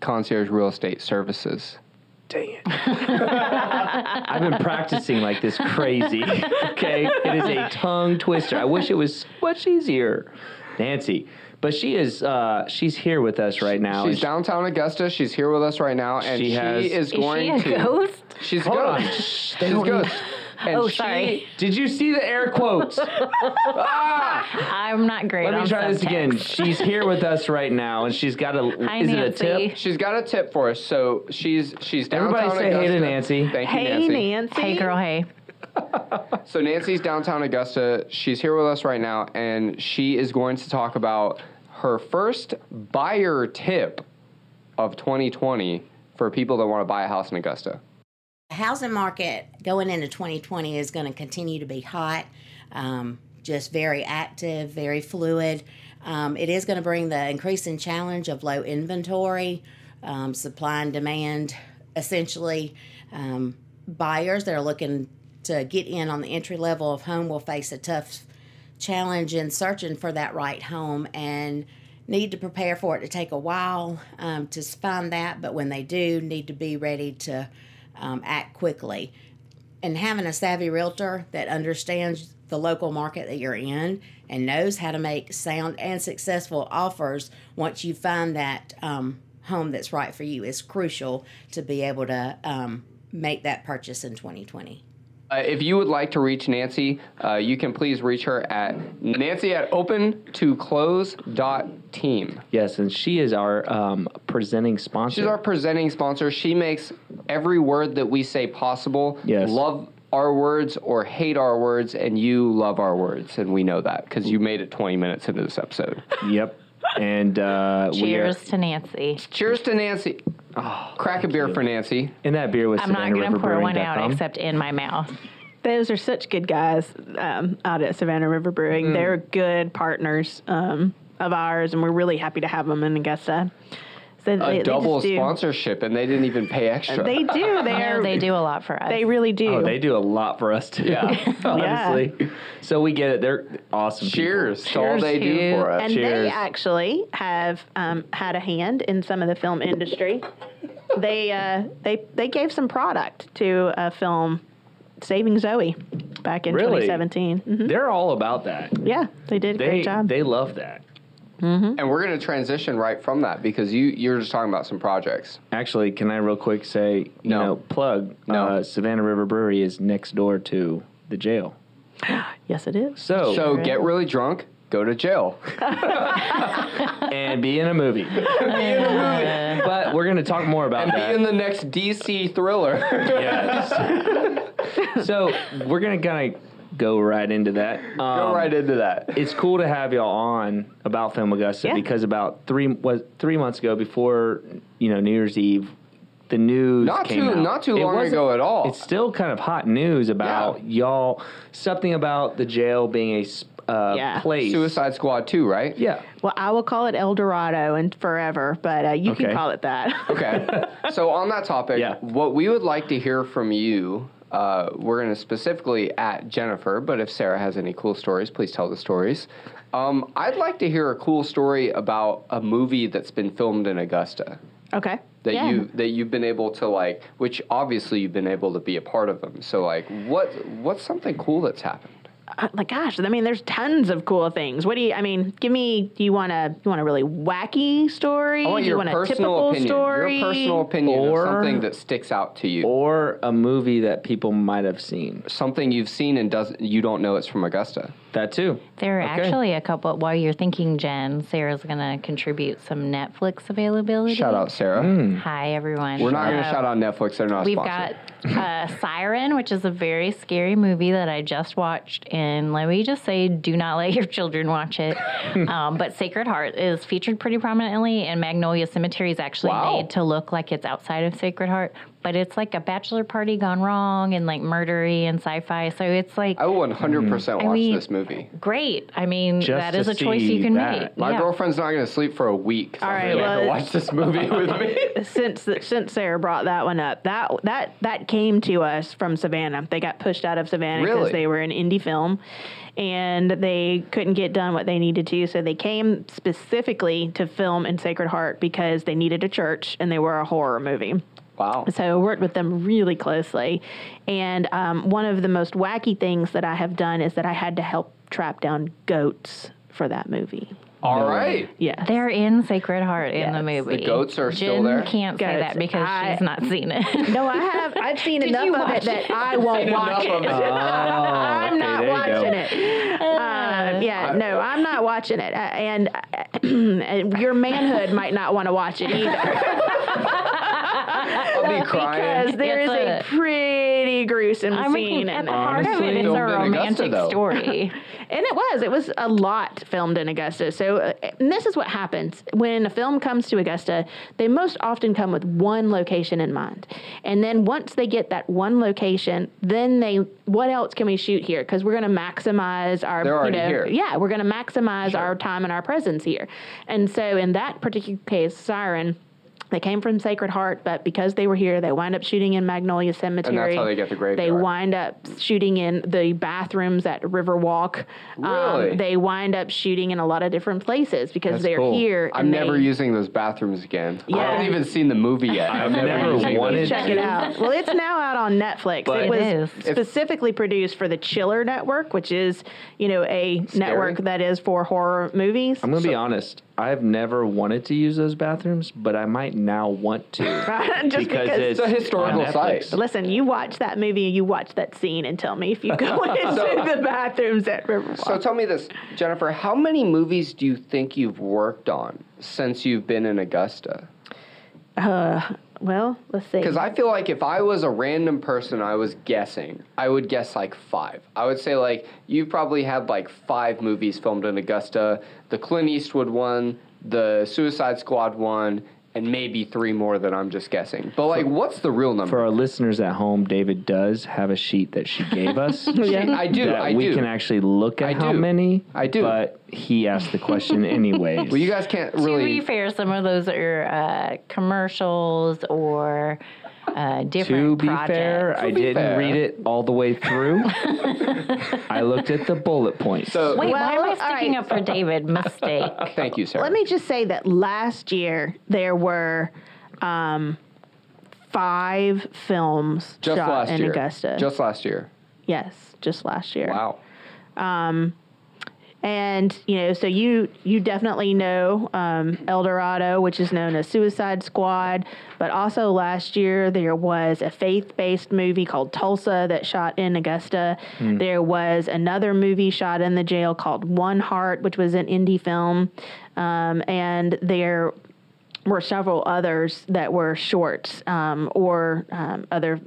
A: Concierge Real Estate Services.
B: Dang it. I've been practicing like this crazy. Okay. It is a tongue twister. I wish it was much easier. Nancy. But she is uh she's here with us right now.
A: She's
B: and
A: downtown Augusta. She's here with us right now, and
B: She
A: she,
B: has-
A: is
D: Is she
A: going
D: a
A: to.
D: ghost?
A: She's
B: Hold
A: ghost.
B: on.
A: She's ghost. And
D: Oh,
A: she-
D: sorry.
B: Did you see the air quotes?
A: Ah!
D: I'm not great.
B: Let me
D: on
B: try this again.
D: subtext.
B: She's here with us right now, and she's got a.
D: Hi,
B: is
D: Nancy.
B: it a tip?
A: She's got a tip for us. So she's she's downtown
B: Everybody say
A: Augusta.
B: hey to Nancy.
A: Thank you,
C: Hey, Nancy.
D: Hey, girl. Hey.
A: So Nancy's downtown Augusta. She's here with us right now, and she is going to talk about her first buyer tip of 2020 for people that want to buy a house in Augusta.
E: The housing market going into 2020 is going to continue to be hot, um, just very active, very fluid. Um, it is going to bring the increasing challenge of low inventory, um, supply and demand, essentially. Um, buyers that are looking to get in on the entry level of home will face a tough challenge in searching for that right home and need to prepare for it to take a while um, to find that but when they do need to be ready to um, act quickly and having a savvy realtor that understands the local market that you're in and knows how to make sound and successful offers once you find that um, home that's right for you is crucial to be able to um, make that purchase in 2020
A: Uh, if you would like to reach Nancy, uh, you can please reach her at Nancy at open to close dot team.
B: Yes, and she is our um, presenting sponsor.
A: She's our presenting sponsor. She makes every word that we say possible.
B: Yes.
A: Love our words or hate our words, and you love our words, and we know that because you made it 20 minutes into this episode.
B: yep. And uh, we are-
D: Cheers to Nancy.
A: Cheers to Nancy. Crack Oh, a beer for Nancy.
B: and that beer was
D: I'm not going to pour one out except in my mouth.
C: Those are such good guys um, out at Savannah River Brewing.
B: Mm-hmm.
C: They're good partners um, of ours, and we're really happy to have them in Augusta. So
A: A
C: they, they
A: double
C: just do.
A: sponsorship, and they didn't even pay extra.
C: They do.
D: No,
C: They are.
D: Oh, they do a lot for us.
C: They really do.
B: Oh, they do a lot for us too.
A: Yeah.
B: honestly. So we get it. They're awesome. people.
A: Cheers to all
D: Cheers
A: they do
D: to-
A: for us.
C: and
B: Cheers.
C: they actually have um, had a hand in some of the film industry. they uh, they they gave some product to a film, Saving Zoe, back in
B: Really?
C: 2017. Mhm.
D: Hmm?
B: They're all about that.
C: Yeah, they did a
B: They
C: great job.
B: they love that.
A: And we're going to transition right from that because you you're just talking about some projects.
B: Actually, can I real quick say you
A: No.
B: know plug
A: No.
B: uh, Savannah River Brewery is next door to the jail.
C: yes, it is.
B: So,
A: So get really drunk, go to jail.
B: and be in a movie. But we're gonna talk more about
A: and
B: that.
A: be in the next DC thriller.
B: yes. so we're gonna kind of go right into that. Um,
A: go right into that.
B: it's cool to have y'all on about Film Augusta
C: Yeah.
B: because about three was three months ago, before you know New Year's Eve, the news
A: Not
B: came
A: too-
B: out.
A: not too
B: It
A: long
B: wasn't-
A: ago at all.
B: It's still kind of hot news about y'all something about the jail being a s- uh,
C: Yeah.
B: place.
A: Suicide Squad 2, right?
B: Yeah.
C: Well, I will call it El Dorado and forever, but uh, you
B: Okay.
C: can call it that.
A: Okay. so on that topic,
B: Yeah.
A: what we would like to hear from you, uh, we're going to specifically at Jennifer, but if Sarah has any cool stories, please tell the stories. Um, I'd like to hear a cool story about a movie that's been filmed in Augusta
C: okay.
A: that
C: Yeah.
A: you that you've been able to like, which obviously you've been able to be a part of them. So like, what what's something cool that's happened?
C: Uh, like gosh, I mean, there's tons of cool things. What do you? I mean, give me. Do you want a? You want a really wacky story?
A: I want
C: do you
A: your
C: want a
A: personal
C: typical
A: opinion.
C: story?
A: Your personal opinion
B: Or-
A: of something that sticks out to you.
B: Or a movie that people might have seen.
A: something you've seen and does you don't know it's from Augusta.
B: That too.
D: There are
B: Okay.
D: actually a couple. While you're thinking, Jen, Sarah's going to contribute some Netflix availability.
A: Shout out Sarah.
D: Hi, everyone.
A: We're not going to
D: Uh,
A: shout out Netflix. They're not a
D: We've
A: sponsor.
D: got uh, Siren, which is a very scary movie that I just watched. And let me just say, do not let your children watch it. um, but Sacred Heart is featured pretty prominently, and Magnolia Cemetery is actually
A: Wow.
D: made to look like it's outside of Sacred Heart. But it's like a bachelor party gone wrong and like murdery and sci fi. So it's like
A: I will 100%
B: Mm-hmm.
A: watch
D: mean,
A: this movie.
D: great. I mean,
B: Just
D: that
B: to
D: is a choice
B: see
D: you can
B: that.
D: make.
A: My
D: Yeah.
A: girlfriend's not going to sleep for a week. So
C: All
A: I'm
C: right,
A: gonna have to
C: well-
A: watch this movie with me.
C: since since Sarah brought that one up, that that that came to us from Savannah. They got pushed out of Savannah because
A: Really?
C: they were an indie film, and they couldn't get done what they needed to. So they came specifically to film in Sacred Heart because they needed a church and they were a horror movie.
A: Wow.
C: So I worked with them really closely. And um, one of the most wacky things that I have done is that I had to help trap down goats for that movie.
A: All right.
C: Yeah.
D: They're in Sacred Heart in the
C: Yes.
D: movie.
A: goats are
D: Jen
A: still there?
D: Can't say
C: Goats.
D: that because
C: I-
D: she's not seen it.
C: No, I have. I've seen
D: Did
C: enough
D: you
C: of it
D: watch
C: that
D: it?
C: I won't watch
A: Enough of
C: it.
A: it.
B: Oh, okay,
C: I'm not
B: there you go.
C: watching it. Um, yeah, no, I'm not watching it. Uh, and, uh, and your manhood might not want to watch it either
A: I'll be crying.
C: because there is
D: It's
C: a,
D: a-
C: pretty gruesome
D: I
C: scene
D: mean, at
C: in
D: the
C: it.
D: heart of
A: Honestly,
D: it, it's a
A: filmed in Augusta,
D: romantic
A: though.
D: story.
C: And it was. It was a lot filmed in Augusta. So, uh, and this is what happens when a film comes to Augusta, they most often come with one location in mind. And then once they get that one location, then they, what else can we shoot here? Because we're going to maximize our,
A: They're
C: you
A: already
C: know,
A: here.
C: yeah, we're going to maximize our time and our presence here. And so, in that particular case, Siren. They came from Sacred Heart, but because they were here, they wind up shooting in Magnolia Cemetery.
A: how they get the
C: They
A: graveyard.
C: wind up shooting in the bathrooms at Riverwalk. Um,
A: Really?
C: they wind up shooting in a lot of different places because
B: That's
C: they're
B: cool.
C: here.
A: I'm
C: and
A: never
C: they-
A: using those bathrooms again. I
C: Yeah.
A: haven't even seen the movie yet. I've
B: never
A: using those
B: wanted
C: Check
A: bathrooms.
B: to.
C: it out. Well, it's now out on Netflix.
B: But-
C: it
B: It
D: is.
C: was specifically produced for the Chiller Network, which is, you know, a
A: Scary.
C: network that is for horror movies.
B: I'm gonna be honest. I've never wanted to use those bathrooms, but I might now want to
C: Just because-
A: It's a historical
B: on
A: site.
B: Netflix.
C: Listen, you watch that movie, you watch that scene, and tell me if you go into the bathrooms at Riverwalk.
A: So tell me this, Jennifer, how many movies do you think you've worked on since you've been in Augusta?
C: well, let's see.
A: Because I feel like if I was a random person, I was guessing, I would guess like five. I would say like you probably had like five movies filmed in Augusta, the Clint Eastwood one, the Suicide Squad one, and maybe three more that I'm just guessing. But like, what's the real
B: For
A: number?
B: our listeners at home, David does have a sheet that she gave us.
A: I do,
B: That
A: I
B: we
A: do.
B: can actually look at
A: I
B: how
A: do.
B: many.
A: I do.
B: But he asked the question anyways.
A: well, you guys can't
D: to
A: really.
D: be fair, some of those are uh, commercials or uh,
B: to
D: different
B: be
D: projects.
B: fair, I didn't
A: fair.
B: read it all the way through. I looked at the bullet points.
A: So
D: Wait, why am
C: Well,
D: I sticking
C: alright.
D: up for David? Mistake.
A: thank you, Sarah.
C: Let me just say that last year there were um, five films
A: just
C: shot
A: last
C: in
A: year.
C: Augusta.
A: Just last year.
C: yes, just last year.
A: Wow.
C: And you know, so you you definitely know um, El Dorado, which is known as Suicide Squad, but also last year there was a faith-based movie called Tulsa that shot in Augusta.
B: Hmm.
C: There was another movie shot in the jail called One Heart, which was an indie film, um, and there were several others that were shorts um, or um, other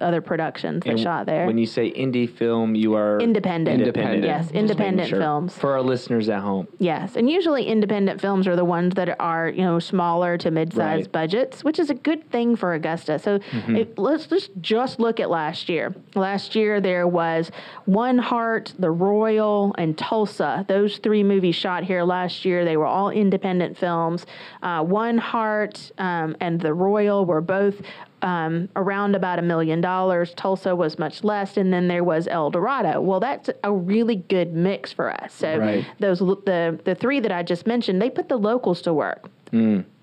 C: other productions that
B: And
C: shot there.
B: When you say indie film, you are
C: Independent.
B: Independent.
C: Yes,
B: Just making
C: independent
B: sure.
C: films.
B: For our listeners at home,
C: Yes, and usually independent films are the ones that are you know smaller to mid-sized
B: Right.
C: budgets, which is a good thing for Augusta. So it, let's just just look at last year. Last year there was One Heart, The Royal, and Tulsa. Those three movies shot here last year. They were all independent films. Uh, One Heart um, and The Royal were both um, around about a million dollars. Tulsa was much less, and then there was El Dorado. Well, that's a really good mix for us. So
B: Right.
C: those lo- the the three that I just mentioned, they put the locals to work.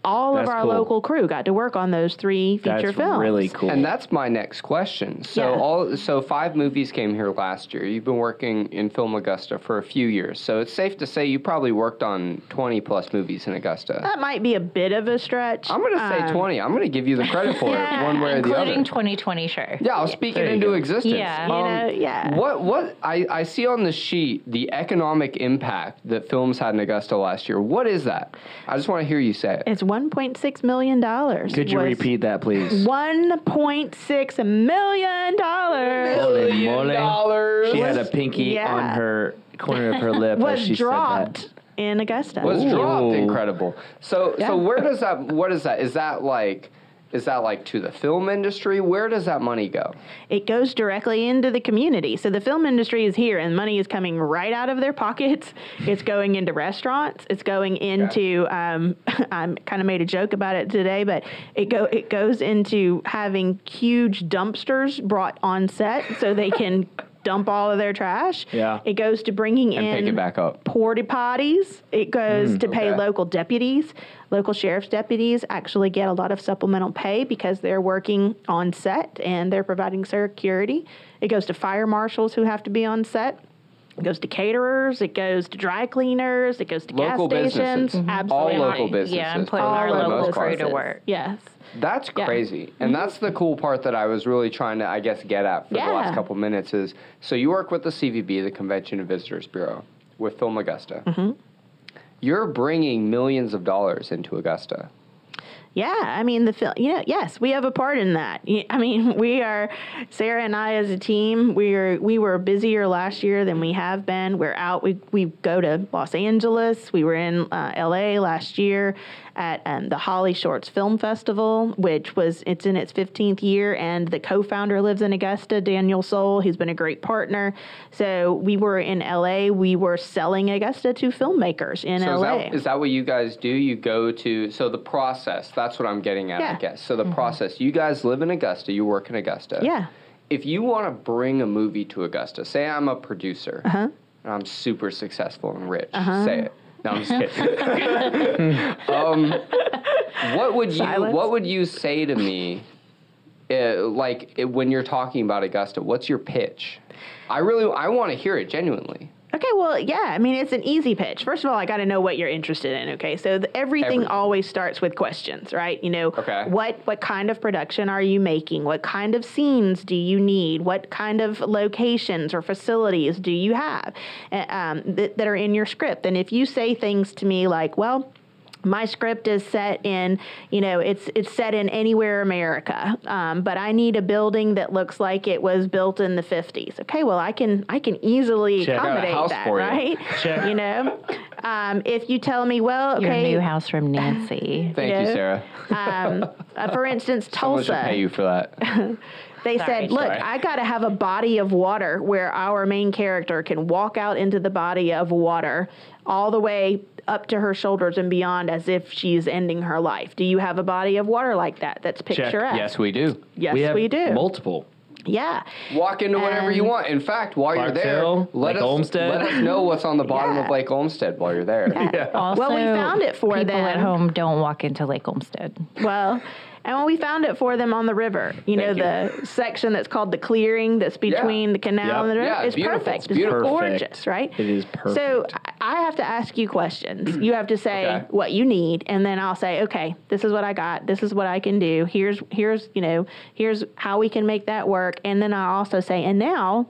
C: All of
B: Mm. That's
C: our
B: cool.
C: local crew got to work on those three feature
B: that's
C: films.
B: really cool.
A: And that's my next question. So
C: Yeah.
A: all so five movies came here last year. You've been working in Film Augusta for a few years. So it's safe to say you probably worked on 20 plus movies in Augusta.
C: That might be a bit of a stretch.
A: I'm going to say
C: Uh, Um,
A: 20. I'm going to give you the credit for it one way or the
D: Including
A: other.
D: 2020, sure.
A: Yeah, I'll speak
B: There
A: it
B: you
A: into
B: go.
A: existence. Um,
D: Yeah.
C: You know, yeah.
A: What what I, I see on the sheet the economic impact that films had in Augusta last year. What is that? I just want to hear you say it.
C: It's 1.6 million dollars.
B: Could you
C: was
B: repeat that, please?
C: 1.6 million dollars.
B: Holy moly.
A: dollars.
B: She had a pinky
C: Yeah.
B: on her corner of her lip as
C: Was
B: she said
C: dropped in Augusta.
A: was dropped.
B: Ooh.
A: Incredible. So so where does that? What is that? Is that like? Is that like to the film industry? Where does that money go?
C: it goes directly into the community. So the film industry is here, and money is coming right out of their pockets. It's going into restaurants. It's going into. Um, I kind of made a joke about it today, but it go it goes into having huge dumpsters brought on set so they can dump all of their trash.
B: Yeah.
C: It goes to bringing
A: And
C: in
A: pick it back up.
C: porta potties. It goes to pay
A: Mm, okay.
C: local deputies. Local sheriff's deputies actually get a lot of supplemental pay because they're working on set and they're providing security. It goes to fire marshals who have to be on set. It goes to caterers. It goes to dry cleaners. It goes to
A: Local
C: gas stations.
A: businesses. Mhm. All
C: Absolutely.
A: local businesses.
D: Yeah, I'm putting
A: for
D: our
A: the
D: local
A: most
D: crew
A: part.
D: Mm-hmm. to work.
C: Yes.
A: That's
C: Yeah. Mm-hmm.
A: crazy. And that's the cool part that I was really trying to, I guess, get at for the
C: Yeah.
A: last couple minutes is so you work with the CVB, the Convention and Visitors Bureau, with Film Augusta.
C: Mm-hmm.
A: You're bringing millions of dollars into Augusta.
C: Yeah, I mean the film. You know, yes, we have a part in that. Y- I mean, we are Sarah and I as a team. We are we were busier last year than we have been. We're out. We we go to Los Angeles. We were in uh, L.A. last year at um, the Holly Shorts Film Festival, which was it's in its 15th year, and the co-founder lives in Augusta, Daniel Soul. He's been a great partner. So we were in L.A. We were selling Augusta to filmmakers in
A: So is
C: L.A.
A: that, is that what you guys do? You go to, so the process, that's what I'm getting at,
C: Yeah. Mm-hmm.
A: I guess. So the process, you guys live in Augusta, you work in Augusta.
C: yeah.
A: If you want to bring a movie to Augusta, say I'm a producer
C: Uh-huh.
A: and I'm super successful and rich, say it. No, I'm just kidding. um, what would you
C: Silence.
A: What would you say to me, uh, like uh, when you're talking about Augusta? What's your pitch? I really I want to hear it genuinely.
C: Okay, well, yeah. I mean, it's an easy pitch. First of all, I got to know what you're interested in. Okay, so the, everything,
A: Everything.
C: always starts with questions, right? You know,
A: Okay.
C: what what kind of production are you making? What kind of scenes do you need? What kind of locations or facilities do you have uh, um, that, that are in your script? And if you say things to me like, well. My script is set in, you know, it's it's set in anywhere America, um, but I need a building that looks like it was built in the '50s. Okay, well, I can I can easily
B: Check out a
C: accommodate
A: house
C: that,
A: for you.
C: right?
B: Check.
C: You know, um, if you tell me, well,
D: Your
C: okay,
D: new house from Nancy.
A: Thank you,
C: Yeah.
A: Sarah.
C: um, uh, for instance,
A: Someone should
C: Tulsa,
A: pay you for that.
C: they
D: Sorry.
C: said, look,
A: Sorry.
C: I got to have a body of water where our main character can walk out into the body of water all the way up to her shoulders and beyond as if she's ending her life. Do you have a body of water like that that's picturesque?
A: yes, we do.
C: Yes,
B: we, have
C: do.
B: Multiple.
C: yeah.
A: Walk into whatever you
C: And-
A: want. In fact, while you're there,
B: Clarksville,
A: let
B: Lake
A: us
B: Olmsted.
A: let us know what's on the bottom
C: Yeah.
A: of Lake Olmsted while you're there.
D: Also,
C: Well, we found it for
D: people at
C: them.
D: home don't walk into Lake Olmsted.
C: Well, and when we found it for them on the river, you know,
A: Thank
C: the section that's called the clearing that's between the canal
B: Yep.
C: and the river,
A: Yeah,
C: it's
A: it's beautiful.
C: perfect.
A: It's beautiful.
C: gorgeous, right?
B: It is perfect.
C: So I- I have to ask you questions. You have to say
A: Okay.
C: what you need, and then I'll say, okay, this is what I got. This is what I can do. Here's here's you know here's how we can make that work. And then I'll also say, and now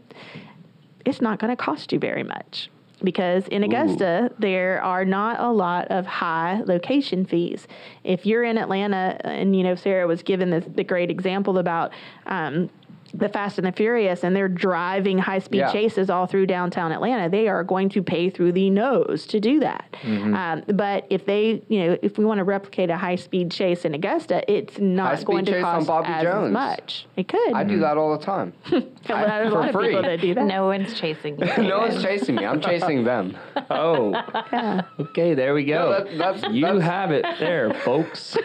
C: it's not going to cost you very much because in Augusta there are not a lot of high location fees. If you're in Atlanta, and you know Sarah was given this, the great example about. Um, the Fast and the Furious, and they're driving high speed
A: Yeah.
C: chases all through downtown Atlanta. They are going to pay through the nose to do that.
A: Mm-hmm.
C: Um, but if they, you know, if we want to replicate a high speed chase in Augusta, it's not
A: High-speed
C: going to
A: chase on
C: cost
A: Bobby
C: as
A: Jones.
C: much. It could.
B: Hmm.
A: I do that all the time.
C: Well, there's a
A: for
C: lot of
A: free.
C: people that do that.
D: No one's chasing you.
A: no one's chasing me. I'm chasing them.
B: Oh. Okay, there we
C: Oh.
B: go.
A: No, that- that's-
B: you
A: that's-
B: have it there, folks.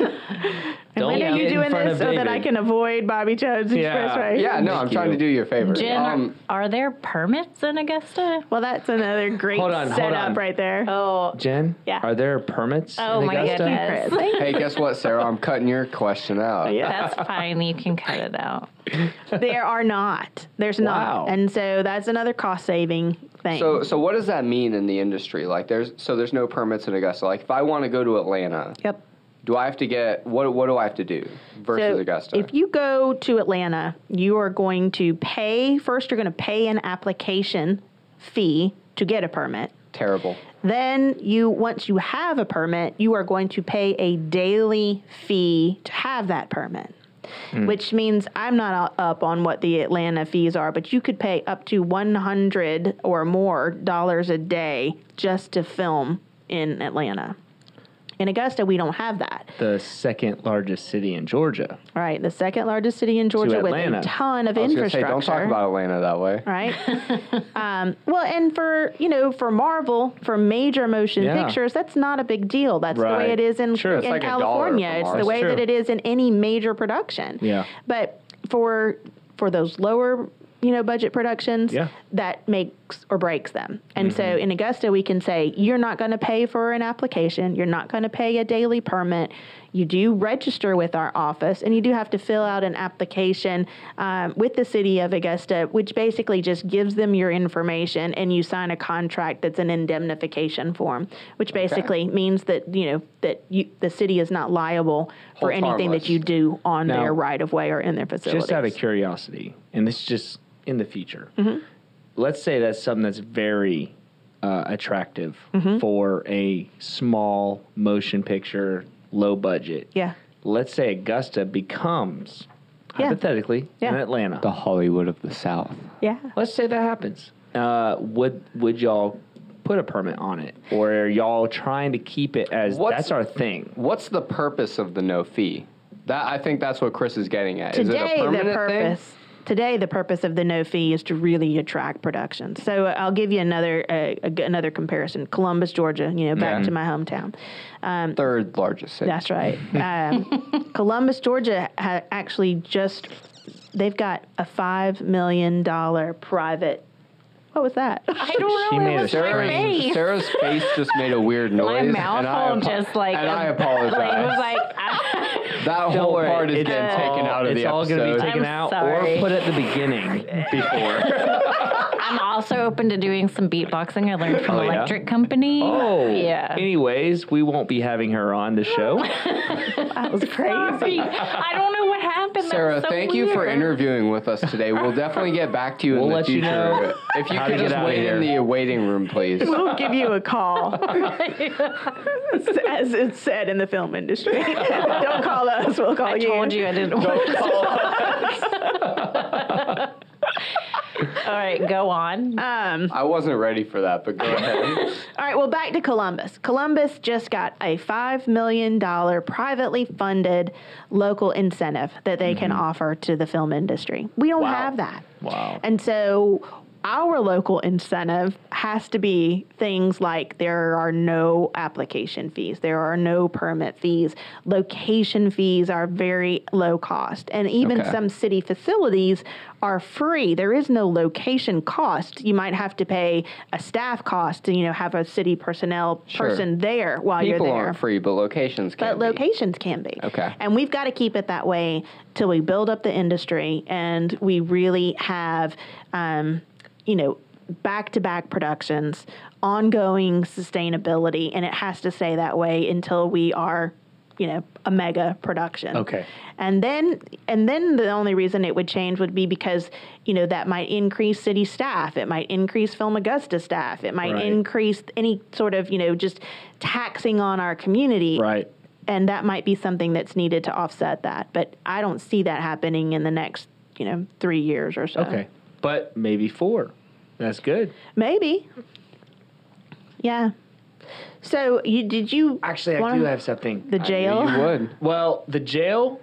B: Don't
C: When
B: get
C: are you
B: in
C: doing
B: front
C: this
B: of
C: so that I
B: David.
C: can avoid Bobby Jones
B: Yeah.
C: Expressway?
A: Yeah, no,
B: Thank
A: I'm trying
B: you.
A: to do you Um, a favor.
D: Jen, are- are, there permits in Augusta?
C: Well, that's another great
B: Hold on, hold
C: setup
B: on.
C: right there.
D: Oh,
B: Jen,
C: Yeah.
B: are there permits?
D: oh
B: in
D: my
B: Augusta?
D: goodness.
A: hey, guess what, Sarah? I'm cutting your question out.
C: Yeah.
D: That's fine. You can cut it out.
C: there are not. There's
B: Wow.
C: not. And so that's another cost saving thing.
A: So, so what does that mean in the industry? Like, there's so there's no permits in Augusta. Like, if I want to go to Atlanta,
C: yep.
A: do I have to get what? What do I have to do versus
C: So
A: Augusta?
C: If you go to Atlanta, you are going to pay, first, you're going to pay an application fee to get a permit.
A: Terrible.
C: Then you once you have a permit, you are going to pay a daily fee to have that permit.
A: Hmm.
C: Which means I'm not u- up on what the Atlanta fees are, but you could pay up to 100 or more dollars a day just to film in Atlanta. In Augusta, we don't have that.
B: The second largest city in Georgia.
C: Right, the second largest city in Georgia with a
B: Atlanta.
C: ton of
A: I was gonna say,
C: infrastructure
A: don't talk about Atlanta that way.
C: right? um, well, and for you know, for Marvel, for major motion
B: Yeah.
C: pictures, that's not a big deal. That's the way
B: Right.
C: it is in,
B: Sure, it's
C: in
A: like a dollar
C: California.
A: for
C: It's the
A: Marvel.
C: way
B: Sure.
C: that it is in any major production.
B: Yeah.
C: But for for those lower you know, budget productions
B: Yeah.
C: that makes or breaks them. And so in Augusta, we can say, you're not going to pay for an application. You're not going to pay a daily permit. You do register with our office and you do have to fill out an application um, with the city of Augusta, which basically just gives them your information and you sign a contract that's an indemnification form, which basically means that, you know, that you, the city is not liable
A: Hold
C: for anything
A: harmless.
C: that you do on
B: Now-
C: their right of way or in their facility.
B: Just out of curiosity, and this is just in the future.
C: Mm-hmm.
B: Let's say that's something that's very uh, attractive
C: Mm-hmm.
B: for a small motion picture, low budget.
C: Yeah.
B: Let's say Augusta becomes
C: Yeah.
B: hypothetically
C: Yeah.
B: an Atlanta.
A: The Hollywood of the South.
C: Yeah.
B: Let's say that happens. Uh, would would y'all put a permit on it, or are y'all trying to keep it as
A: What's-
B: that's our thing?
A: What's the purpose of the no fee? That I think that's what Chris is getting at. is it a
C: Today, the
A: permanent
C: purpose.
A: thing?
C: Today, the purpose of the no fee is to really attract productions. So uh, I'll give you another uh, a g- another comparison: Columbus, Georgia. You know, back to my hometown. Um,
A: Third largest city.
C: that's right. Um, Columbus, Georgia, ha- actually just they've got a five million dollar private. What was that?
D: I don't
B: She
D: know.
B: made
D: It
B: a
D: was my
B: strange-
D: face.
A: Sarah's face just made a weird
D: My
A: noise.
D: mouth
A: and I
D: hole
A: apo-
D: just like
A: and I
D: a- Like, it was
A: apologize.
D: like I,
A: that whole
B: worry,
A: part is
B: it's
A: getting taken
B: all-
A: out of
B: it's
A: the
B: all
A: episode.
B: gonna be taken
D: I'm
B: out
D: sorry.
B: or put at the beginning before.
D: am also open to doing some beatboxing. I learned from
B: Oh, yeah?
D: Electric Company.
B: Oh,
D: yeah.
B: Anyways, we won't be having her on the show.
C: That was crazy.
D: Sorry. I don't know what happened. That
A: Sarah,
D: was so
A: thank you for
D: weird.
A: interviewing with us today. We'll definitely get back to you
B: We'll
A: in the
B: let you
A: future.
B: know
A: if you
B: how
A: could
B: to get
A: just
B: out of
A: wait in
B: here.
A: the waiting room, please.
C: We'll give you a call, as it's said in the film industry. Don't call us; we'll call
D: I
C: you.
D: told you I didn't want to. All right, go on.
C: Um,
A: I wasn't ready for that, but go ahead.
C: All right, well, back to Columbus. Columbus just got a $5 million privately funded local incentive that they can offer to the film industry. We don't have that.
B: Wow.
C: And so our local incentive has to be things like there are no application fees, there are no permit fees, location fees are very low cost, and even
A: Okay.
C: some city facilities are free. There is no location cost. You might have to pay a staff cost to, you know, have a city personnel
A: Sure.
C: person there while
A: People
C: you're there.
A: aren't free, but locations can
C: But locations can be.
A: Okay.
C: And we've got to keep it that way till we build up the industry and we really have, um, you know, back to back productions, ongoing sustainability. And it has to stay that way until we are. You know, a mega production.
B: Okay.
C: and then and then the only reason it would change would be because you know that might increase city staff, it might increase Film Augusta staff, it might
B: Right.
C: increase any sort of you know just taxing on our community
B: Right.
C: and that might be something that's needed to offset that. But I don't see that happening in the next, you know, three years or so.
B: Okay. But maybe four. That's good.
C: Maybe. Yeah. So you did you
B: Actually, I
C: wanna-
B: do have something.
C: the jail?
A: be. You would.
B: well, the jail.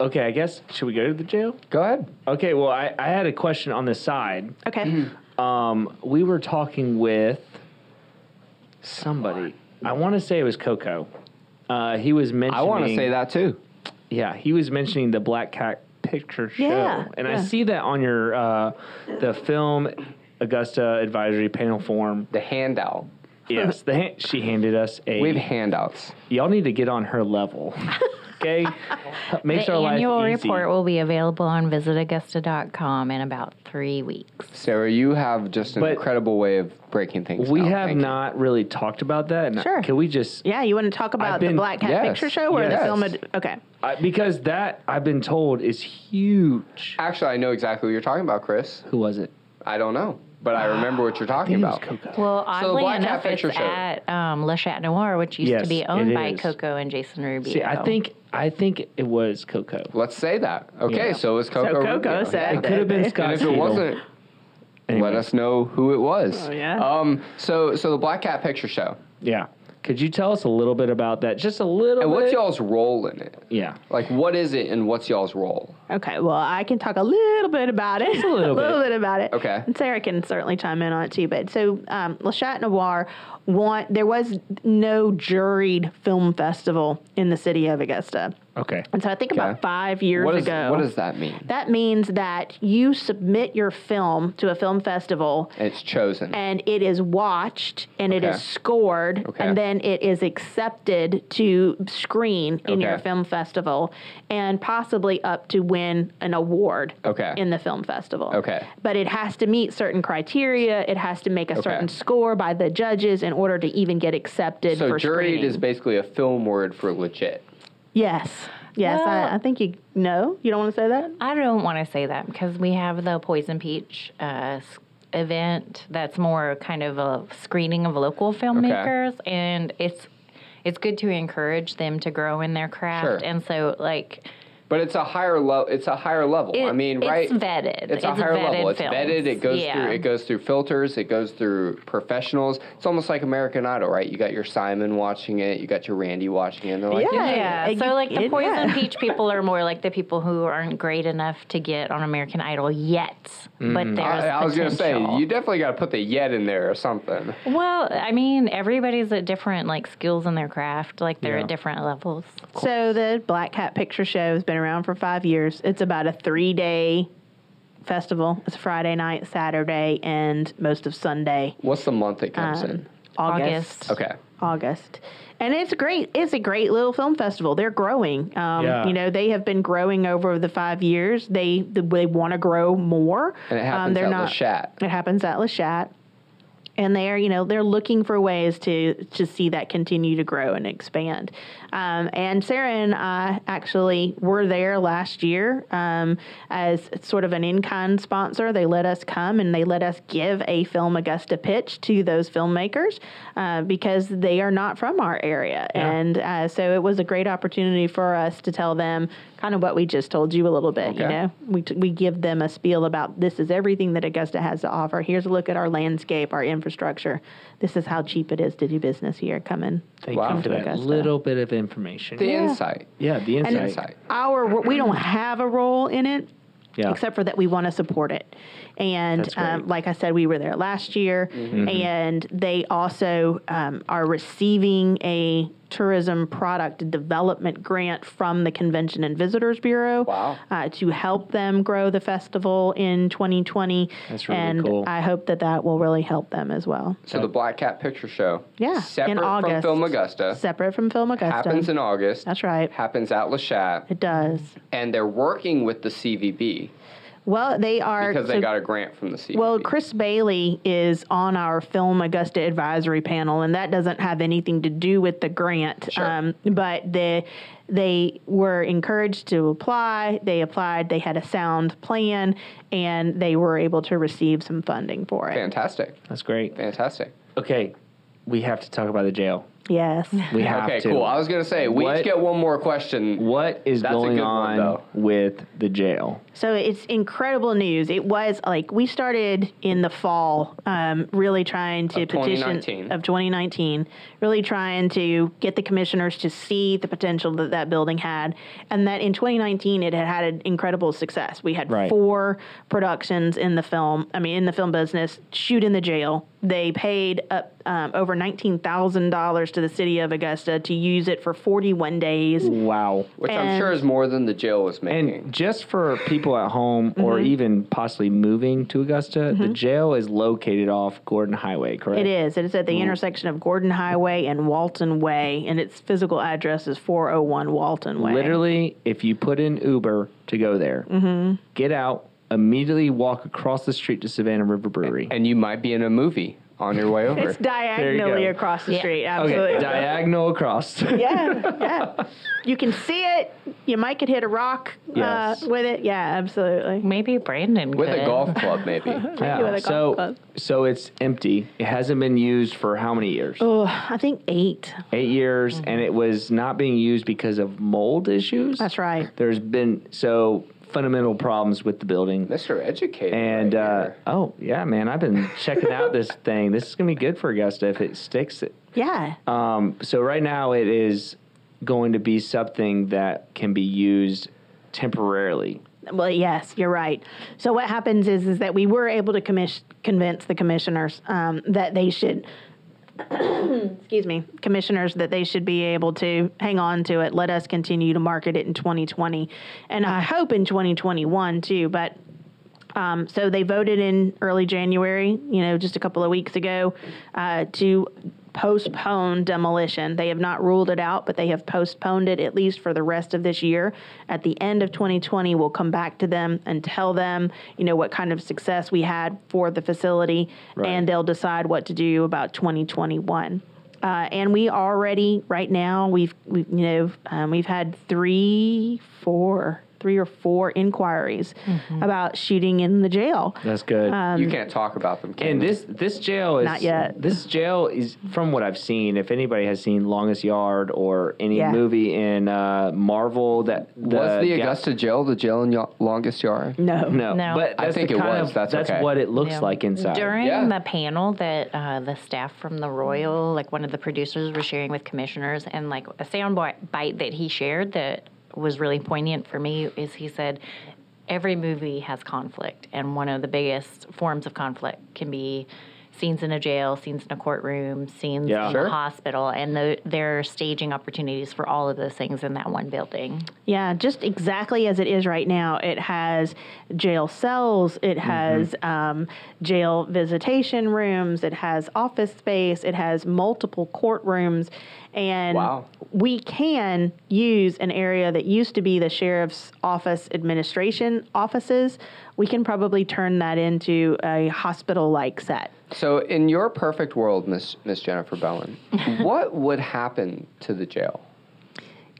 B: Okay, I guess should we go to the jail?
A: Go ahead.
B: Okay. Well, I, I had a question on the side.
C: okay.
B: Um, we were talking with somebody. I want to say it was Coco. Uh, he was mentioning.
A: I want to say that too.
B: Yeah, he was mentioning the Black Cat Picture Show,
C: Yeah,
B: and
C: yeah.
B: I see that on your uh, the film Augusta Advisory Panel form.
A: The handout.
B: Yes, the hand, she handed us a.
A: We have handouts.
B: y'all need to get on her level, okay? Makes
D: the
B: our life
D: annual
B: easy.
D: report will be available on visitaugusta.com in about three weeks.
A: Sarah, you have just an
B: But-
A: incredible way of breaking things
B: we
A: down.
B: have
A: Thank you.
B: not really talked about that. and I-
C: Sure.
B: Can we just
C: Yeah, you want to talk about the
B: been-
C: Black Cat
A: yes,
C: Picture Show or
A: yes.
C: the film? ad- okay.
B: I, because that I've been told is huge.
A: Actually, I know exactly what you're talking about, Chris.
B: Who was it?
A: I don't know, but I remember what you're talking
B: I
A: about.
B: think it was Coco.
D: Well,
A: the
D: oddly
A: Black Cat
D: enough, it's
A: Picture Show.
D: at um, Le Chat Noir, which used
B: Yes,
D: to be
B: it
D: owned by
B: is.
D: Coco and Jason Rubio.
B: See, I think I think it was Coco.
A: Let's say that. Okay, so it was Coco.
C: so Coco
A: Rubio.
C: said
B: It could have been
C: that-
B: Scott.
A: And if it
B: Siegel.
A: wasn't,
B: Anyway.
A: let us know who it was.
C: Oh, yeah.
A: Um. So so the Black Cat Picture Show.
B: Yeah. Could you tell us a little bit about that? Just a little
A: And
B: bit.
A: what's y'all's role in it?
B: Yeah.
A: Like, what is it, and what's y'all's role?
C: Okay, well, I can talk a little bit about it. a
B: little bit.
C: about it.
A: Okay.
C: And Sarah can certainly chime in on it too. But so, um, Le Chat Noir, want, there was no juried film festival in the city of Augusta.
B: Okay.
C: And so I think about
A: Okay.
C: five years
A: What, is,
C: ago.
A: what does that mean?
C: that means that you submit your film to a film festival
A: It's chosen.
C: and it is watched and it
A: Okay.
C: is scored
A: Okay.
C: and then it is accepted to screen in your
A: Okay.
C: film festival and possibly up to win an award
A: Okay.
C: in the film festival.
A: Okay.
C: But it has to meet certain criteria, it has to make a
A: Okay.
C: certain score by the judges in order to even get accepted
A: so
C: for
A: juried
C: screening.
A: is basically a film word for legit.
C: yes. Yes,
D: Well-
C: I, I think you know. You don't want to say that?
D: I don't want to say that because we have the Poison Peach uh, s- event that's more kind of a screening of local filmmakers, and it's it's good to encourage them to grow in their craft.
A: Sure.
D: And so, like,
A: But it's a higher level. It's a higher level. I
D: it-
A: mean,
D: it's
A: right?
D: vetted.
A: It's a higher level. It's
D: films.
A: vetted. It goes
D: Yeah.
A: through. It goes through filters. It goes through professionals. It's almost like American Idol, right? You got your Simon watching it. You got your Randy watching it. And they're like,
C: Yeah.
D: Yeah,
C: It-
D: so like the
C: it-
D: poison
C: yeah.
D: peach people are more like the people who aren't great enough to get on American Idol yet, but
A: Mm.
D: there's
A: I, I was gonna say
D: potential.
A: you definitely got to put the yet in there or something.
D: Well, I mean, everybody's at different like skills in their craft. Like they're
B: Yeah.
D: at different levels.
C: So the Black Cat Picture Show has been around for five years. It's about a three day festival. It's Friday night, Saturday, and most of Sunday,
A: What's the month it comes in?
D: August.
C: August.
A: Okay.
C: August. And it's great. It's a great little film festival. They're growing. Um,
B: Yeah.
C: You know, they have been growing over the five years. They they want to grow more.
A: And it happens
C: um, they're
A: at
C: not,
A: Lachat.
C: It happens at Lachat. And they're, you know, they're looking for ways to to see that continue to grow and expand. Um, and Sarah and I actually were there last year um, as sort of an in-kind sponsor. They let us come and they let us give a Film Augusta pitch to those filmmakers uh, because they are not from our area. And uh, so it was a great opportunity for us to tell them kind of what we just told you a little bit, you
A: Okay.
C: know? we, t- we give them a spiel about this is everything that Augusta has to offer. Here's a look at our landscape, our infrastructure. This is how cheap it is to do business here. Come in.
B: Thank
A: Wow.
B: you for that
C: Augusta.
B: little bit of information.
A: The insight.
B: yeah, the
C: And
B: insight.
A: Insight.
C: our we don't have a role in it,
B: Yeah.
C: except for that we want to support it. And
B: That's great. Mm-hmm.
C: um, like I said, we were there last year,
A: Mm-hmm.
C: and they also um, are receiving a tourism product development grant from the Convention and Visitors Bureau
A: Wow.
C: uh, to help them grow the festival in 2020.
B: That's really
C: and
B: cool.
C: I hope that that will really help them as well.
A: So the Black Cat Picture Show.
C: Yeah, in
A: Separate from
C: August.
A: Film Augusta.
C: Separate from Film Augusta,
A: happens in August.
C: That's right.
A: Happens at Lachat,
C: it does.
A: and they're working with the CVB
C: Well, they are
A: because they
C: so-
A: got a grant from the CVB.
C: Well, Chris Bailey is on our Film Augusta Advisory Panel, and that doesn't have anything to do with the grant. Um,
A: Sure.
C: but the, they were encouraged to apply. They applied, they had a sound plan, and they were able to receive some funding for it.
A: fantastic,
B: That's great.
A: fantastic.
B: Okay, we have to talk about the jail.
C: Yes.
B: We have
A: Okay,
B: to.
A: cool. I was gonna say we
B: What-
A: each get one more question.
B: What is
A: That's a
B: going
A: good one,
B: on
A: though.
B: with the jail?
C: So it's incredible news. It was like we started in the fall, um, really trying to
A: Of
C: petition
A: 2019.
C: of 2019, really trying to get the commissioners to see the potential that that building had, and that in 2019 it had had an incredible success. We had
B: Right.
C: four productions in the film. I mean, in the film business, shoot in the jail. They paid up um, over nineteen thousand dollars to the city of Augusta to use it for 41 days.
B: Wow.
A: Which I'm
C: And-
A: sure is more than the jail was
B: And
A: making.
B: just for people at home or
C: Mm-hmm.
B: even possibly moving to Augusta, the jail is located off Gordon Highway, correct?
C: It is. It is at the
B: Mm-hmm.
C: intersection of Gordon Highway and Walton Way, and its physical address is 401 Walton Way.
B: Literally, if you put in Uber to go there,
C: Mm-hmm.
B: get out, immediately walk across the street to Savannah River Brewery.
A: And you might be in a movie on your way over.
C: It's diagonally
B: go.
C: across the
D: Yeah.
C: street.
B: okay,
C: Absolutely.
B: diagonal across.
C: yeah, yeah. You can see it. You might could hit a rock
B: Yes.
C: uh, with it. Yeah, absolutely.
D: Maybe Brandon
A: with
D: could.
A: a golf club, maybe.
C: you with a golf
B: So,
C: club.
B: so it's empty. It hasn't been used for how many years?
C: Oh, Mm-hmm. I think eight.
B: Eight years, and it was not being used because of mold issues.
C: That's right.
B: There's been so fundamental problems with the building.
A: Mr. Educated.
B: And
A: right
B: uh,
A: here.
B: oh yeah, man, I've been checking out this thing. This is gonna be good for Augusta if it sticks. It.
C: Yeah.
B: Um, so right now it is going to be something that can be used temporarily.
C: Well, yes, you're right. So what happens is is that we were able to commis- convince the commissioners um, that they should excuse me, commissioners that they should be able to hang on to it. Let us continue to market it in 2020, and I hope in 2021 too. But um, so they voted in early January, you know, just a couple of weeks ago, uh, to postpone demolition. They have not ruled it out, but they have postponed it at least for the rest of this year. At the end of 2020, we'll come back to them and tell them, you know, what kind of success we had for the facility, and they'll decide what to do about 2021. Uh, and we already, right now, we've, we've you know, um, we've had three, four, three or four inquiries about shooting in the jail.
B: That's good.
D: Um,
A: you
C: Um,
A: can't talk about them. Can
B: and
A: you?
B: this this jail is
C: Not yet.
B: This jail is from what I've seen. If anybody has seen Longest Yard or any
C: Yeah.
B: movie in uh, Marvel, that the
A: was the
B: ga-
A: Augusta jail the jail in Yo- longest yard?
C: No.
B: No,
D: No.
B: but
A: I
B: that's
A: think
B: the
A: it
B: kind
A: was.
B: Of,
A: That's okay.
B: what it looks
D: Yeah.
B: like inside.
D: During
A: Yeah.
D: the panel that uh, the staff from the Royal, like one of the producers, was sharing with commissioners, and like a sound bi- bite that he shared that was really poignant for me is he said, "Every movie has conflict, and one of the biggest forms of conflict can be." Scenes in a jail, scenes in a courtroom, scenes
B: Yeah.
D: in
B: Sure.
D: a hospital, and the, there are staging opportunities for all of those things in that one building.
C: Yeah, just exactly as it is right now. It has jail cells, it has um, jail visitation rooms, it has office space, it has multiple courtrooms. And
A: Wow.
C: we can use an area that used to be the sheriff's office administration offices. We can probably turn that into a hospital like set.
A: So, in your perfect world, Miss Miss Jennifer Bellin, what would happen to the jail?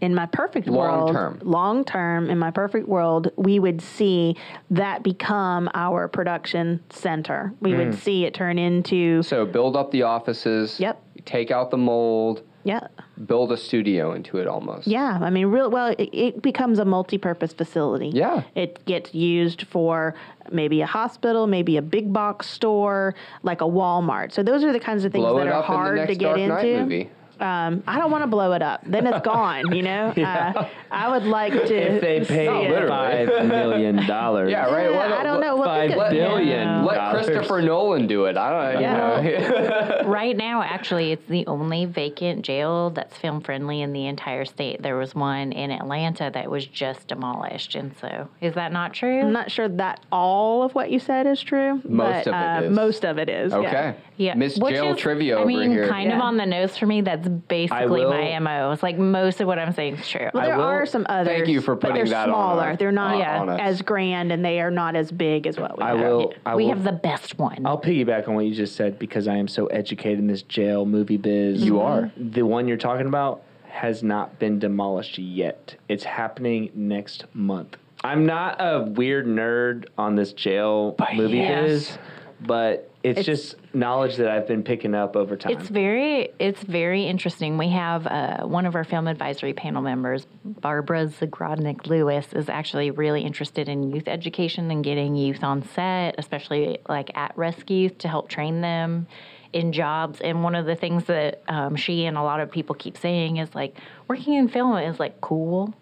C: in my perfect
A: Long
C: world,
A: term.
C: long term, in my perfect world, we would see that become our production center. We
A: Hmm.
C: would see it turn into,
A: So, build up the offices.
C: Yep.
A: Take out the mold.
C: yeah,
A: Build a studio into it almost.
C: yeah. I mean, real well, it, it becomes a multi-purpose facility.
A: Yeah.
C: it gets used for maybe a hospital, maybe a big box store, like a Walmart. So those are the kinds of things
A: Blow
C: that
A: it
C: are
A: up in the
C: hard
A: next
C: to get
A: Dark
C: into.
A: Knight movie.
C: Um, I don't want to blow it up. Then it's gone. You know, uh, I would like to.
B: if they pay
A: Not Oh, literally.
B: five million dollars,
A: Yeah, right.
C: Yeah,
A: Let-
C: I don't
A: let-
C: know. We'll
B: five
C: think of-
B: billion.
D: Yeah.
A: Let
B: dollars.
A: Christopher Nolan do it. I don't
C: Yeah.
A: you know.
D: Right now, actually, it's the only vacant jail that's film friendly in the entire state. There was one in Atlanta that was just demolished, and so is that not true?
C: I'm not sure that all of what you said is true.
A: Most
C: but,
A: of it
C: uh,
A: is.
C: Most of it is. yeah.
A: okay.
D: Yeah,
A: Miss
D: Which
A: Jail
D: is,
A: Trivia
D: I
A: over
D: mean,
A: here.
D: kind of
C: Yeah.
D: on the nose for me. That's basically
B: will-
D: my mo. It's like most of what I'm saying is true.
C: Well, there
B: will-
C: are some others.
A: Thank you for
C: but
A: putting
C: they're
A: that on
C: smaller.
A: our-
C: they're not
A: on- on us.
C: as grand and they are not as big as what we
B: I
C: have.
B: will. I
D: we
B: will,
D: have the best one.
B: I'll piggyback on what you just said because I am so educated in this jail movie biz.
A: You are.
B: The one you're talking about has not been demolished yet. It's happening next month. I'm not a weird nerd on this jail movie
D: yes.
B: biz, but it's, just knowledge that I've been picking up over time.
D: It's very, it's very interesting. We have uh, one of our film advisory panel members, Barbara Zagrodnik Lewis, is actually really interested in youth education and getting youth on set, especially like at-risk youth, to help train them in jobs. And one of the things that um, she and a lot of people keep saying is like, working in film is like cool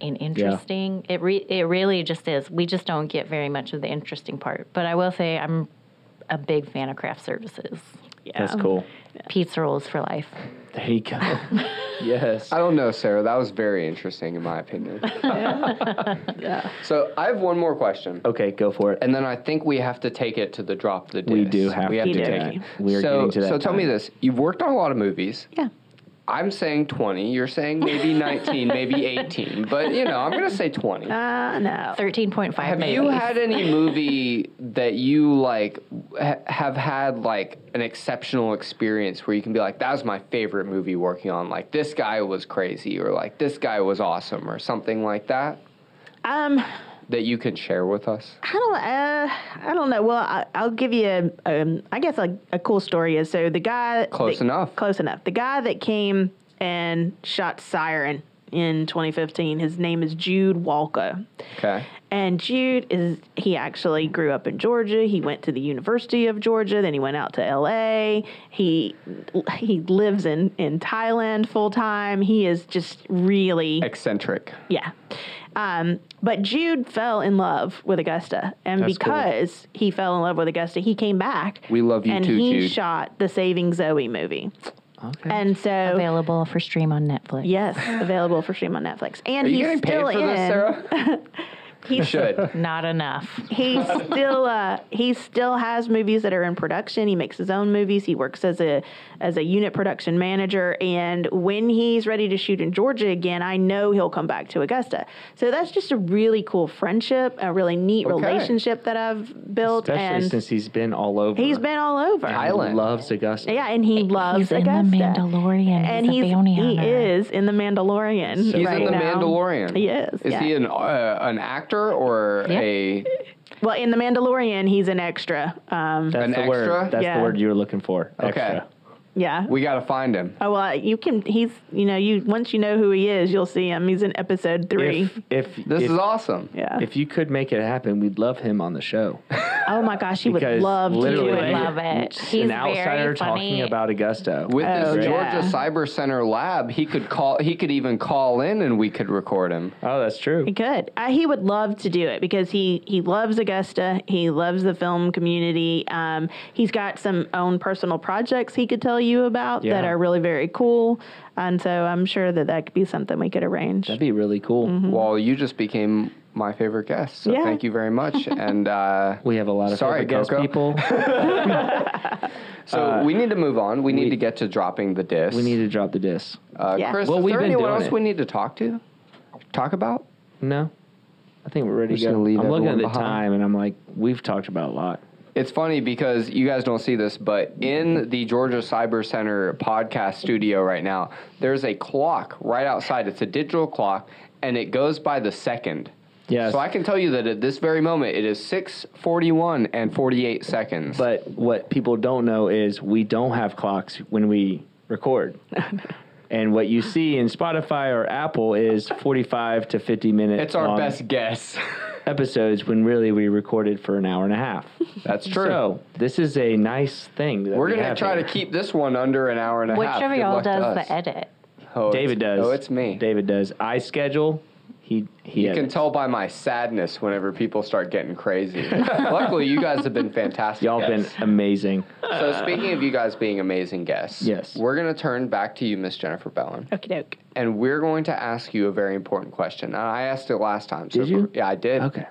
D: and interesting. It re- it really just is. We just don't get very much of the interesting part. But I will say, I'm a big fan of craft services.
C: Yeah.
B: That's cool.
D: Pizza rolls for life.
B: There you go. yes.
A: I don't know, Sarah. That was very interesting, in my opinion. So I have one more question,
B: Okay, go for it.
A: and then I think we have to take it to the drop. The
B: we
A: disc.
B: do have
A: We
B: to,
A: have
C: do
A: to
C: that.
A: take it.
B: We are
A: so,
B: getting to that.
A: so tell me
B: time.
A: this: You've worked on a lot of movies.
C: Yeah.
A: I'm saying 20. You're saying maybe 19, maybe 18, but you know, I'm gonna say 20.
C: Uh, no.
D: 13.5
A: Have
D: maybe.
A: you had any movie that you like ha- have had like an exceptional experience where you can be like, that was my favorite movie working on? Like, this guy was crazy, or like, this guy was awesome, or something like that
C: Um,
A: that you can share with us?
C: I don't. Uh, I don't know. Well, I, I'll give you. A, um, I guess a, a cool story is so the guy.
A: Close
C: that-
A: enough.
C: Close enough. The guy that came and shot Siren in 2015. His name is Jude Walker.
A: Okay.
C: And Jude is, he actually grew up in Georgia. He went to the University of Georgia. Then he went out to LA. He he lives in, in Thailand full time. He is just really,
A: Eccentric.
C: yeah. Um, but Jude fell in love with Augusta. And
A: That's cool.
C: because he fell in love with Augusta, he came back.
A: We love you
C: and
A: too,
C: he
A: Jude.
C: shot the Saving Zoe movie.
B: Okay.
C: And so.
D: Available for stream on Netflix.
C: Yes, available for stream on Netflix. And
A: Are you
C: he's
A: getting paid
C: still
A: for
C: in.
A: this, Sarah?
C: He's,
A: Should.
D: Not enough.
C: He still uh, he still has movies that are in production. He makes his own movies. He works as a as a unit production manager. And when he's ready to shoot in Georgia again, I know he'll come back to Augusta. So that's just a really cool friendship, a really neat
A: Okay.
C: relationship that I've built.
B: Especially
C: and
B: since he's been all over.
C: he's been all over.
B: He
A: Island.
B: loves Augusta.
C: yeah, and he loves
D: he's in The
C: Augusta.
D: Mandalorian.
C: and
D: He's a
C: he's
D: bounty
C: he
D: hunter.
C: is in the Mandalorian.
A: He's
C: right
A: in The
C: now.
A: Mandalorian.
C: He is,
A: Is
C: yeah.
A: he an uh, an actor or
D: Yeah.
A: a?
C: Well, in The Mandalorian, he's an extra. Um,
B: That's
A: An
B: the
A: extra?
B: word. That's
C: Yeah.
B: the word you were looking for.
A: Okay.
B: Extra.
C: yeah.
A: We gotta find him.
C: oh well, you can. He's you know you once you know who he is, you'll see him. He's in episode three.
B: If if
A: This
B: if,
A: is awesome.
C: yeah.
B: if you could make it happen, we'd love him on the show.
C: oh my gosh, he would
B: Because
C: love to do
B: literally,
D: would
C: it.
D: love it.
B: it's
D: He's
B: an
D: very
B: outsider
D: funny.
B: talking about Augusta.
A: With
C: Oh,
A: this
C: yeah.
A: Georgia Cyber Center lab, he could call. He could even call in, and we could record him.
B: oh, that's true.
C: He could. Uh, he would love to do it because he he loves Augusta. He loves the film community. Um, he's got some own personal projects he could tell you about that
B: Yeah.
C: are really very cool. And so I'm sure that that could be something we could arrange.
B: That'd be really cool.
C: Mm-hmm.
A: Well, you just became my favorite guest, so
C: Mm. Yeah.
A: thank you very much. and uh,
B: We have a lot of
A: Sorry,
B: favorite guest
A: Coco.
B: people.
A: so we need to move on. We need to get to dropping the disc.
B: uh, we need to drop the disc.
A: Uh,
C: Yeah.
A: Chris,
B: Well,
A: is
B: we've
A: there
B: been
A: anyone
B: doing
A: else
B: it.
A: we need to talk to? Talk about?
B: No, I think we're
A: We're
B: ready to
A: just
B: go.
A: gonna leave
B: I'm looking at the
A: everyone behind.
B: time, and I'm like, we've talked about a lot.
A: It's funny because you guys don't see this, but in the Georgia Cyber Center podcast studio right now, there's a clock right outside. It's a digital clock, and it goes by the second.
B: Yes.
A: So I can tell you that at this very moment, it is 6:41 and 48 seconds.
B: But what people don't know is we don't have clocks when we record. and what you see in Spotify or Apple is 45 to 50 minutes.
A: it's our best guess.
B: episodes when really we recorded for an hour and a half.
A: That's true.
B: So this is a nice thing. That
A: We're
B: we
A: gonna
B: have
A: try
B: here.
A: to keep this one under an hour and a
D: Which
A: half.
D: of
A: Good
D: y'all
A: luck to
D: does
A: us.
D: the edit?
A: Oh,
B: David
A: it's-
B: does.
A: Oh, it's me.
B: David does. I schedule. He he.
A: You can tell by my sadness whenever people start getting crazy. Luckily, you guys have been fantastic.
B: Y'all been
A: guests.
B: amazing.
A: So speaking of you guys being amazing guests,
B: Yes.
A: we're gonna turn back to you, Miss Jennifer Bellin,
C: Okie doke.
A: and we're going to ask you a very important question. And I asked it last time. So
B: Did you?
A: Yeah, I did.
B: Okay.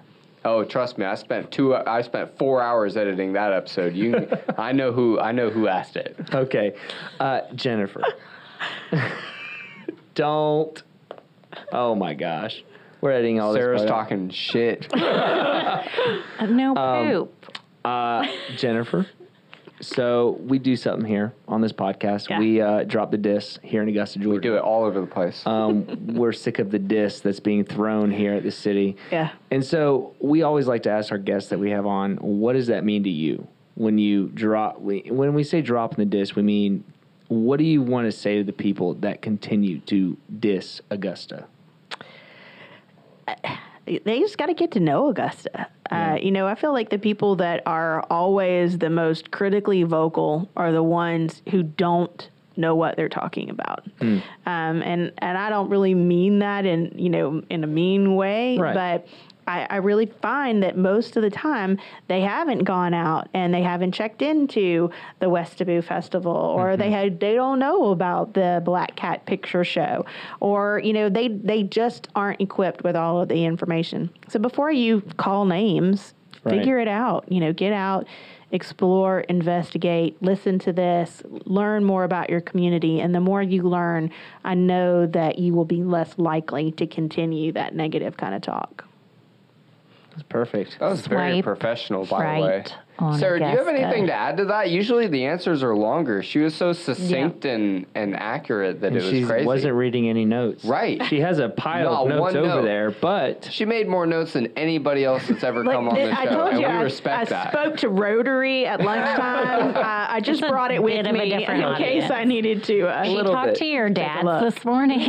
A: Oh, trust me, I spent two. I spent four hours editing that episode. You, I know who. I know who asked it.
B: Okay, uh, Jennifer. don't. Oh my gosh, we're editing all
A: Sarah's
B: this. part out.
A: talking shit.
D: Uh, No
A: Um,
D: poop.
B: Uh, Jennifer. So we do something here on this podcast.
C: Yeah.
B: We uh, drop the disc here in Augusta, Georgia.
A: Do it all over the place.
B: um, we're sick of the disc that's being thrown here at the city.
C: Yeah.
B: And so we always like to ask our guests that we have on, what does that mean to you when you drop? We, when we say dropping the disc, we mean what do you want to say to the people that continue to diss Augusta?
C: they just got to get to know Augusta. Uh, you know, I feel like the people that are always the most critically vocal are the ones who don't know what they're talking about. Um, and and I don't really mean that in you know in a mean way,
B: Right.
C: but. I, I really find that most of the time they haven't gone out and they haven't checked into the Westaboo Festival or they had they don't know about the Black Cat Picture Show or you know they they just aren't equipped with all of the information. So before you call names,
B: Right.
C: figure it out. You know, get out, explore, investigate, listen to this, learn more about your community, and the more you learn, I know that you will be less likely to continue that negative kind of talk.
B: That's perfect.
A: That was very
D: Swipe
A: professional, by the way.
D: right on
A: Sarah, do you have
D: Augusta.
A: anything to add to that? Usually the answers are longer. She was so succinct and, and accurate that it was
B: she
A: crazy.
B: wasn't reading any notes.
A: Right.
B: She has a pile
A: Not
B: of notes
A: one
B: over
A: note.
B: there, but
A: she made more notes than anybody else that's ever come on
C: Like,
A: the
C: I
A: show,
C: told
A: and
C: you,
A: we
C: I,
A: respect
C: I
A: that.
C: spoke to Rotary at lunchtime. uh, I just
D: It's a
C: brought it with
D: bit of a
C: me in
D: different
C: case
D: audience.
C: I needed to. Uh,
D: She
B: little
D: talked
B: bit.
D: to your dad
C: look.
D: this morning.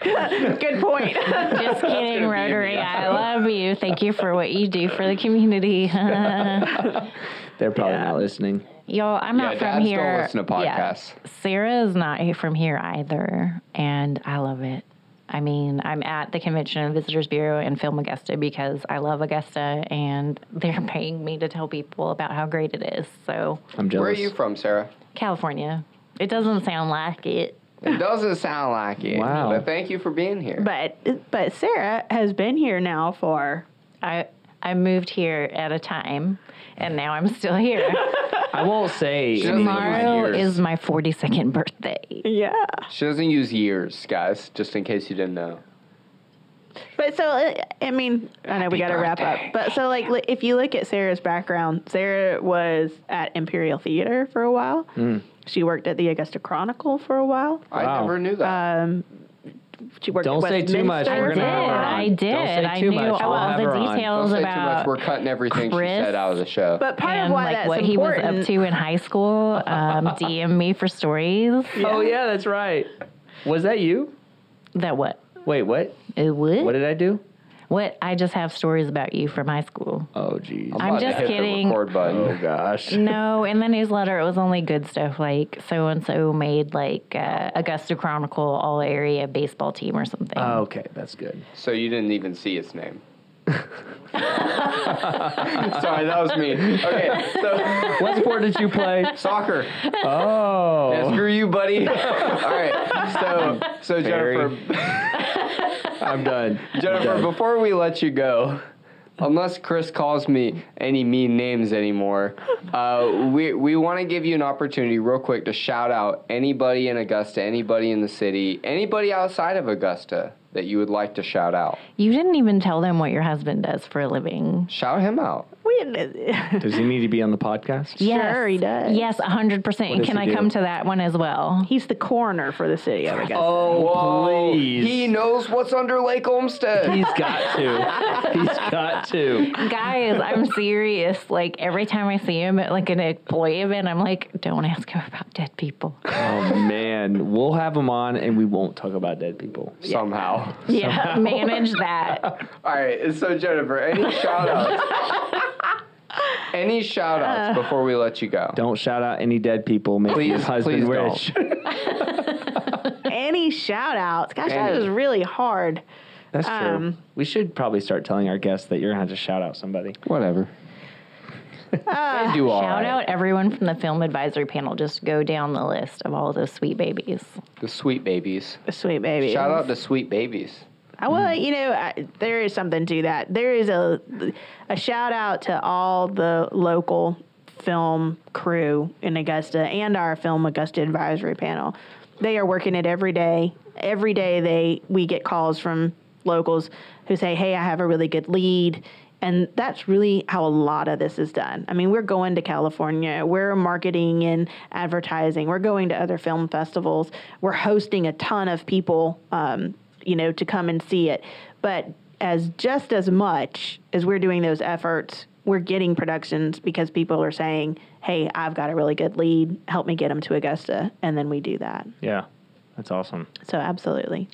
C: Good point.
D: Just kidding, Rotary. I love you. Thank you for what you do for the community.
B: They're probably not listening.
D: Y'all, I'm
A: Yeah,
D: not from
A: dads
D: here.
A: don't listen to
D: Yeah.
A: podcasts.
D: Sarah is not he- from here either, and I love it. I mean, I'm at the Convention and Visitors Bureau in Film Augusta because I love Augusta, and they're paying me to tell people about how great it is. So,
B: I'm jealous.
A: Where are you from, Sarah?
D: California, it doesn't sound like it.
A: It doesn't sound like it.
B: Wow.
A: But thank you for being here.
C: but but Sarah has been here now for
D: I I moved here at a time, and now I'm still here.
B: I won't say.
A: She
B: I mean,
A: doesn't use
D: Tomorrow
A: years.
D: is my 42nd birthday.
C: yeah.
A: She doesn't use years, guys, just in case you didn't know.
C: But so uh, I mean, I know we got to wrap up. But so like li- if you look at Sarah's background, Sarah was at Imperial Theater for a while. She worked at the Augusta Chronicle for a while.
A: I
B: Wow.
A: never knew that.
C: Uh, She worked
B: Don't
C: at
B: say too much.
C: Westminster.
B: We're
D: I
B: gonna have her on.
D: I
B: Don't
D: did.
B: say
D: I
B: too
D: knew
B: much.
D: all
B: We'll have her
D: the
B: on.
A: Don't
D: details
A: say too much.
D: about
A: We're cutting everything
D: Chris
A: she said out of the show.
C: But part
D: and
C: of why
D: like
C: that's
D: what
C: important.
D: he was up to in high school. Um, DM me for stories.
B: Oh yeah, that's right. Was that you?
D: That what?
B: Wait, what?
D: It would?
B: What
D: What,
B: did I do?
D: I just have stories about you from high school.
B: Oh jeez.
A: I'm about to
D: just
A: hit
D: kidding.
A: The record button.
B: Oh gosh.
D: No, in the newsletter it was only good stuff like so and so made like uh, Augusta Chronicle all area baseball team or something.
B: Oh, Okay, that's good.
A: So you didn't even see its name. Sorry, that was me. Okay, so
B: What sport did you play?
A: soccer. Yeah,
B: Oh,
A: screw you, buddy. All right. So, so
B: Very-
A: Jennifer,
B: I'm done.
A: Jennifer, before we let you go, unless Chris calls me any mean names anymore, uh, we we want to give you an opportunity, real quick, to shout out anybody in Augusta, anybody in the city, anybody outside of Augusta that you would like to shout out.
D: You didn't even tell them what your husband does for a living.
A: Shout him out.
C: We-
B: Does he need to be on the podcast?
C: Sure, he does.
D: Yes, 100%.
B: does
D: can
B: he
D: I
B: do?
D: come to that one as well?
C: He's the coroner for the city of Augusta.
B: Oh
A: Whoa,
B: please.
A: He knows what's under Lake Olmsted.
B: He's got to. He's got to.
D: Guys, I'm serious. Like every time I see him at like an employee event, I'm like, don't ask him about dead people.
B: Oh man, we'll have him on, and we won't talk about dead people.
A: Somehow.
D: Yeah, manage that.
A: All right. So Jennifer, any shout outs? any shout outs before we let you go?
B: Uh. Don't shout out any dead people. Make
A: Please-
B: your husband
A: please
B: rich.
C: Any shout outs? Gosh, that
A: Any.
C: was really hard.
B: That's true.
C: Um,
B: we should probably start telling our guests that you're gonna have to shout out somebody.
A: Whatever. they do all
D: Ah. Shout
A: right.
D: out everyone from the film advisory panel. Just go down the list of all the sweet babies.
A: the sweet babies.
C: Sweet baby.
A: Shout out the sweet babies.
C: I will, you know, I, there is something to that. There is a a shout out to all the local film crew in Augusta and our film Augusta advisory panel. They are working it every day. Every day they we get calls from locals who say, "Hey, I have a really good lead." And that's really how a lot of this is done. I mean, we're going to California, we're marketing and advertising, we're going to other film festivals, we're hosting a ton of people, um, you know, to come and see it. But as just as much as we're doing those efforts, we're getting productions because people are saying, "Hey, I've got a really good lead. Help me get them to Augusta," and then we do that.
B: Yeah, that's awesome.
C: So absolutely,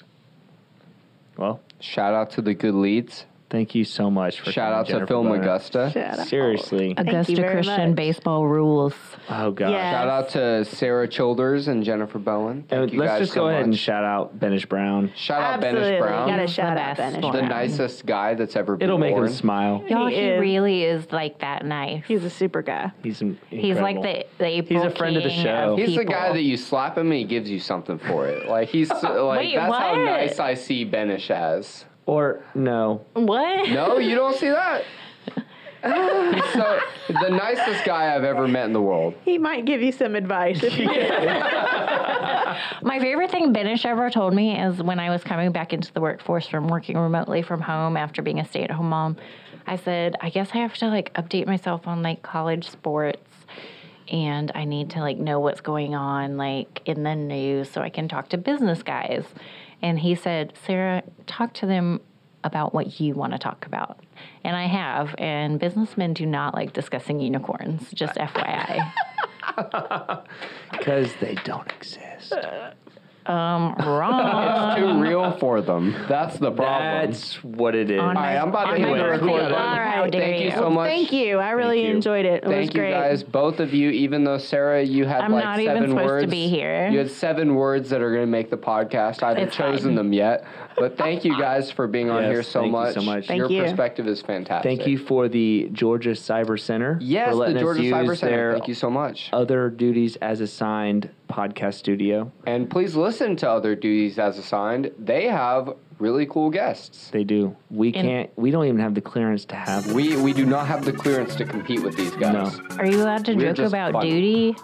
B: Well,
A: Shout out to the good leads.
B: thank you so much for
A: Shout
B: coming,
A: out to
B: Jennifer
A: Film
B: Bonner.
A: Augusta.
C: Shout out.
B: Seriously.
C: you
D: Augusta
C: very
D: Christian
C: much.
D: baseball rules.
B: Oh god.
C: Yeah.
A: Shout out to Sarah Childers and Jennifer Bowen. Thank
B: And
A: you
B: let's
A: guys
B: just
A: so
B: go ahead
A: much.
B: and shout out Benish Brown.
A: shout out
C: absolutely,
A: Benish Brown,
C: gotta shout out
D: The best
C: Benish
D: one.
A: the
C: Brown.
A: nicest guy that's ever been
B: It'll make
A: born.
B: him smile.
D: Y'all,
C: He
D: he,
C: is.
D: really is like that nice.
C: He's a super guy.
B: He's in-
D: He's like
B: incredible.
D: the, the April
B: a friend of the
D: King
B: show.
A: He's the
D: people.
A: guy that you slap him and he gives you something for it. Like he's like
D: Wait,
A: that's how
D: what?
A: nice I see Benish as.
B: Or no.
D: What?
A: No, you don't see that. He's so the nicest guy I've ever met in the world.
C: He might give you some advice if you
D: My favorite thing Benish ever told me is when I was coming back into the workforce from working remotely from home after being a stay-at-home mom, I said, I guess I have to like update myself on like college sports and I need to like know what's going on like in the news so I can talk to business guys. And he said, Sarah, talk to them about what you want to talk about. And I have, and businessmen do not like discussing unicorns, just FYI. Uh,
B: Because they don't exist.
D: um, wrong.
A: Too real vote for them. That's the problem.
B: That's what it is.
D: On
A: All right, I'm about to
D: On
A: hit
D: my
A: the
D: birthday.
A: record
D: All
A: button.
D: right,
A: Thank
D: dare
A: you
D: you.
A: so much.
C: Thank you. I really
B: you.
C: enjoyed it. It was
A: Thank you
C: great.
A: guys, both of you. Even though Sarah, you had
D: I'm
A: like
D: not even
A: seven
D: supposed to
A: words.
D: be here.
A: You had seven words that are going to make the podcast. I haven't
D: It's fine.
A: chosen them yet, but thank you guys for being on
B: Yes,
A: here so
B: thank you
A: much.
B: so much.
C: Thank
A: Your
C: you.
A: perspective is fantastic.
B: Thank you for the Georgia Cyber Center.
A: Yes,
B: for
A: the
B: letting us
A: Georgia
B: use
A: Cyber Center.
B: their
A: Thank you so much.
B: Other duties as assigned podcast studio.
A: And please listen to other duties as assigned. They have really cool guests.
B: They do. We can't. We don't even have the clearance to have.
A: We we do not have the clearance to compete with these guys.
B: No.
D: Are you allowed to
A: We're
D: joke
A: just
D: about
A: fun.
D: duty?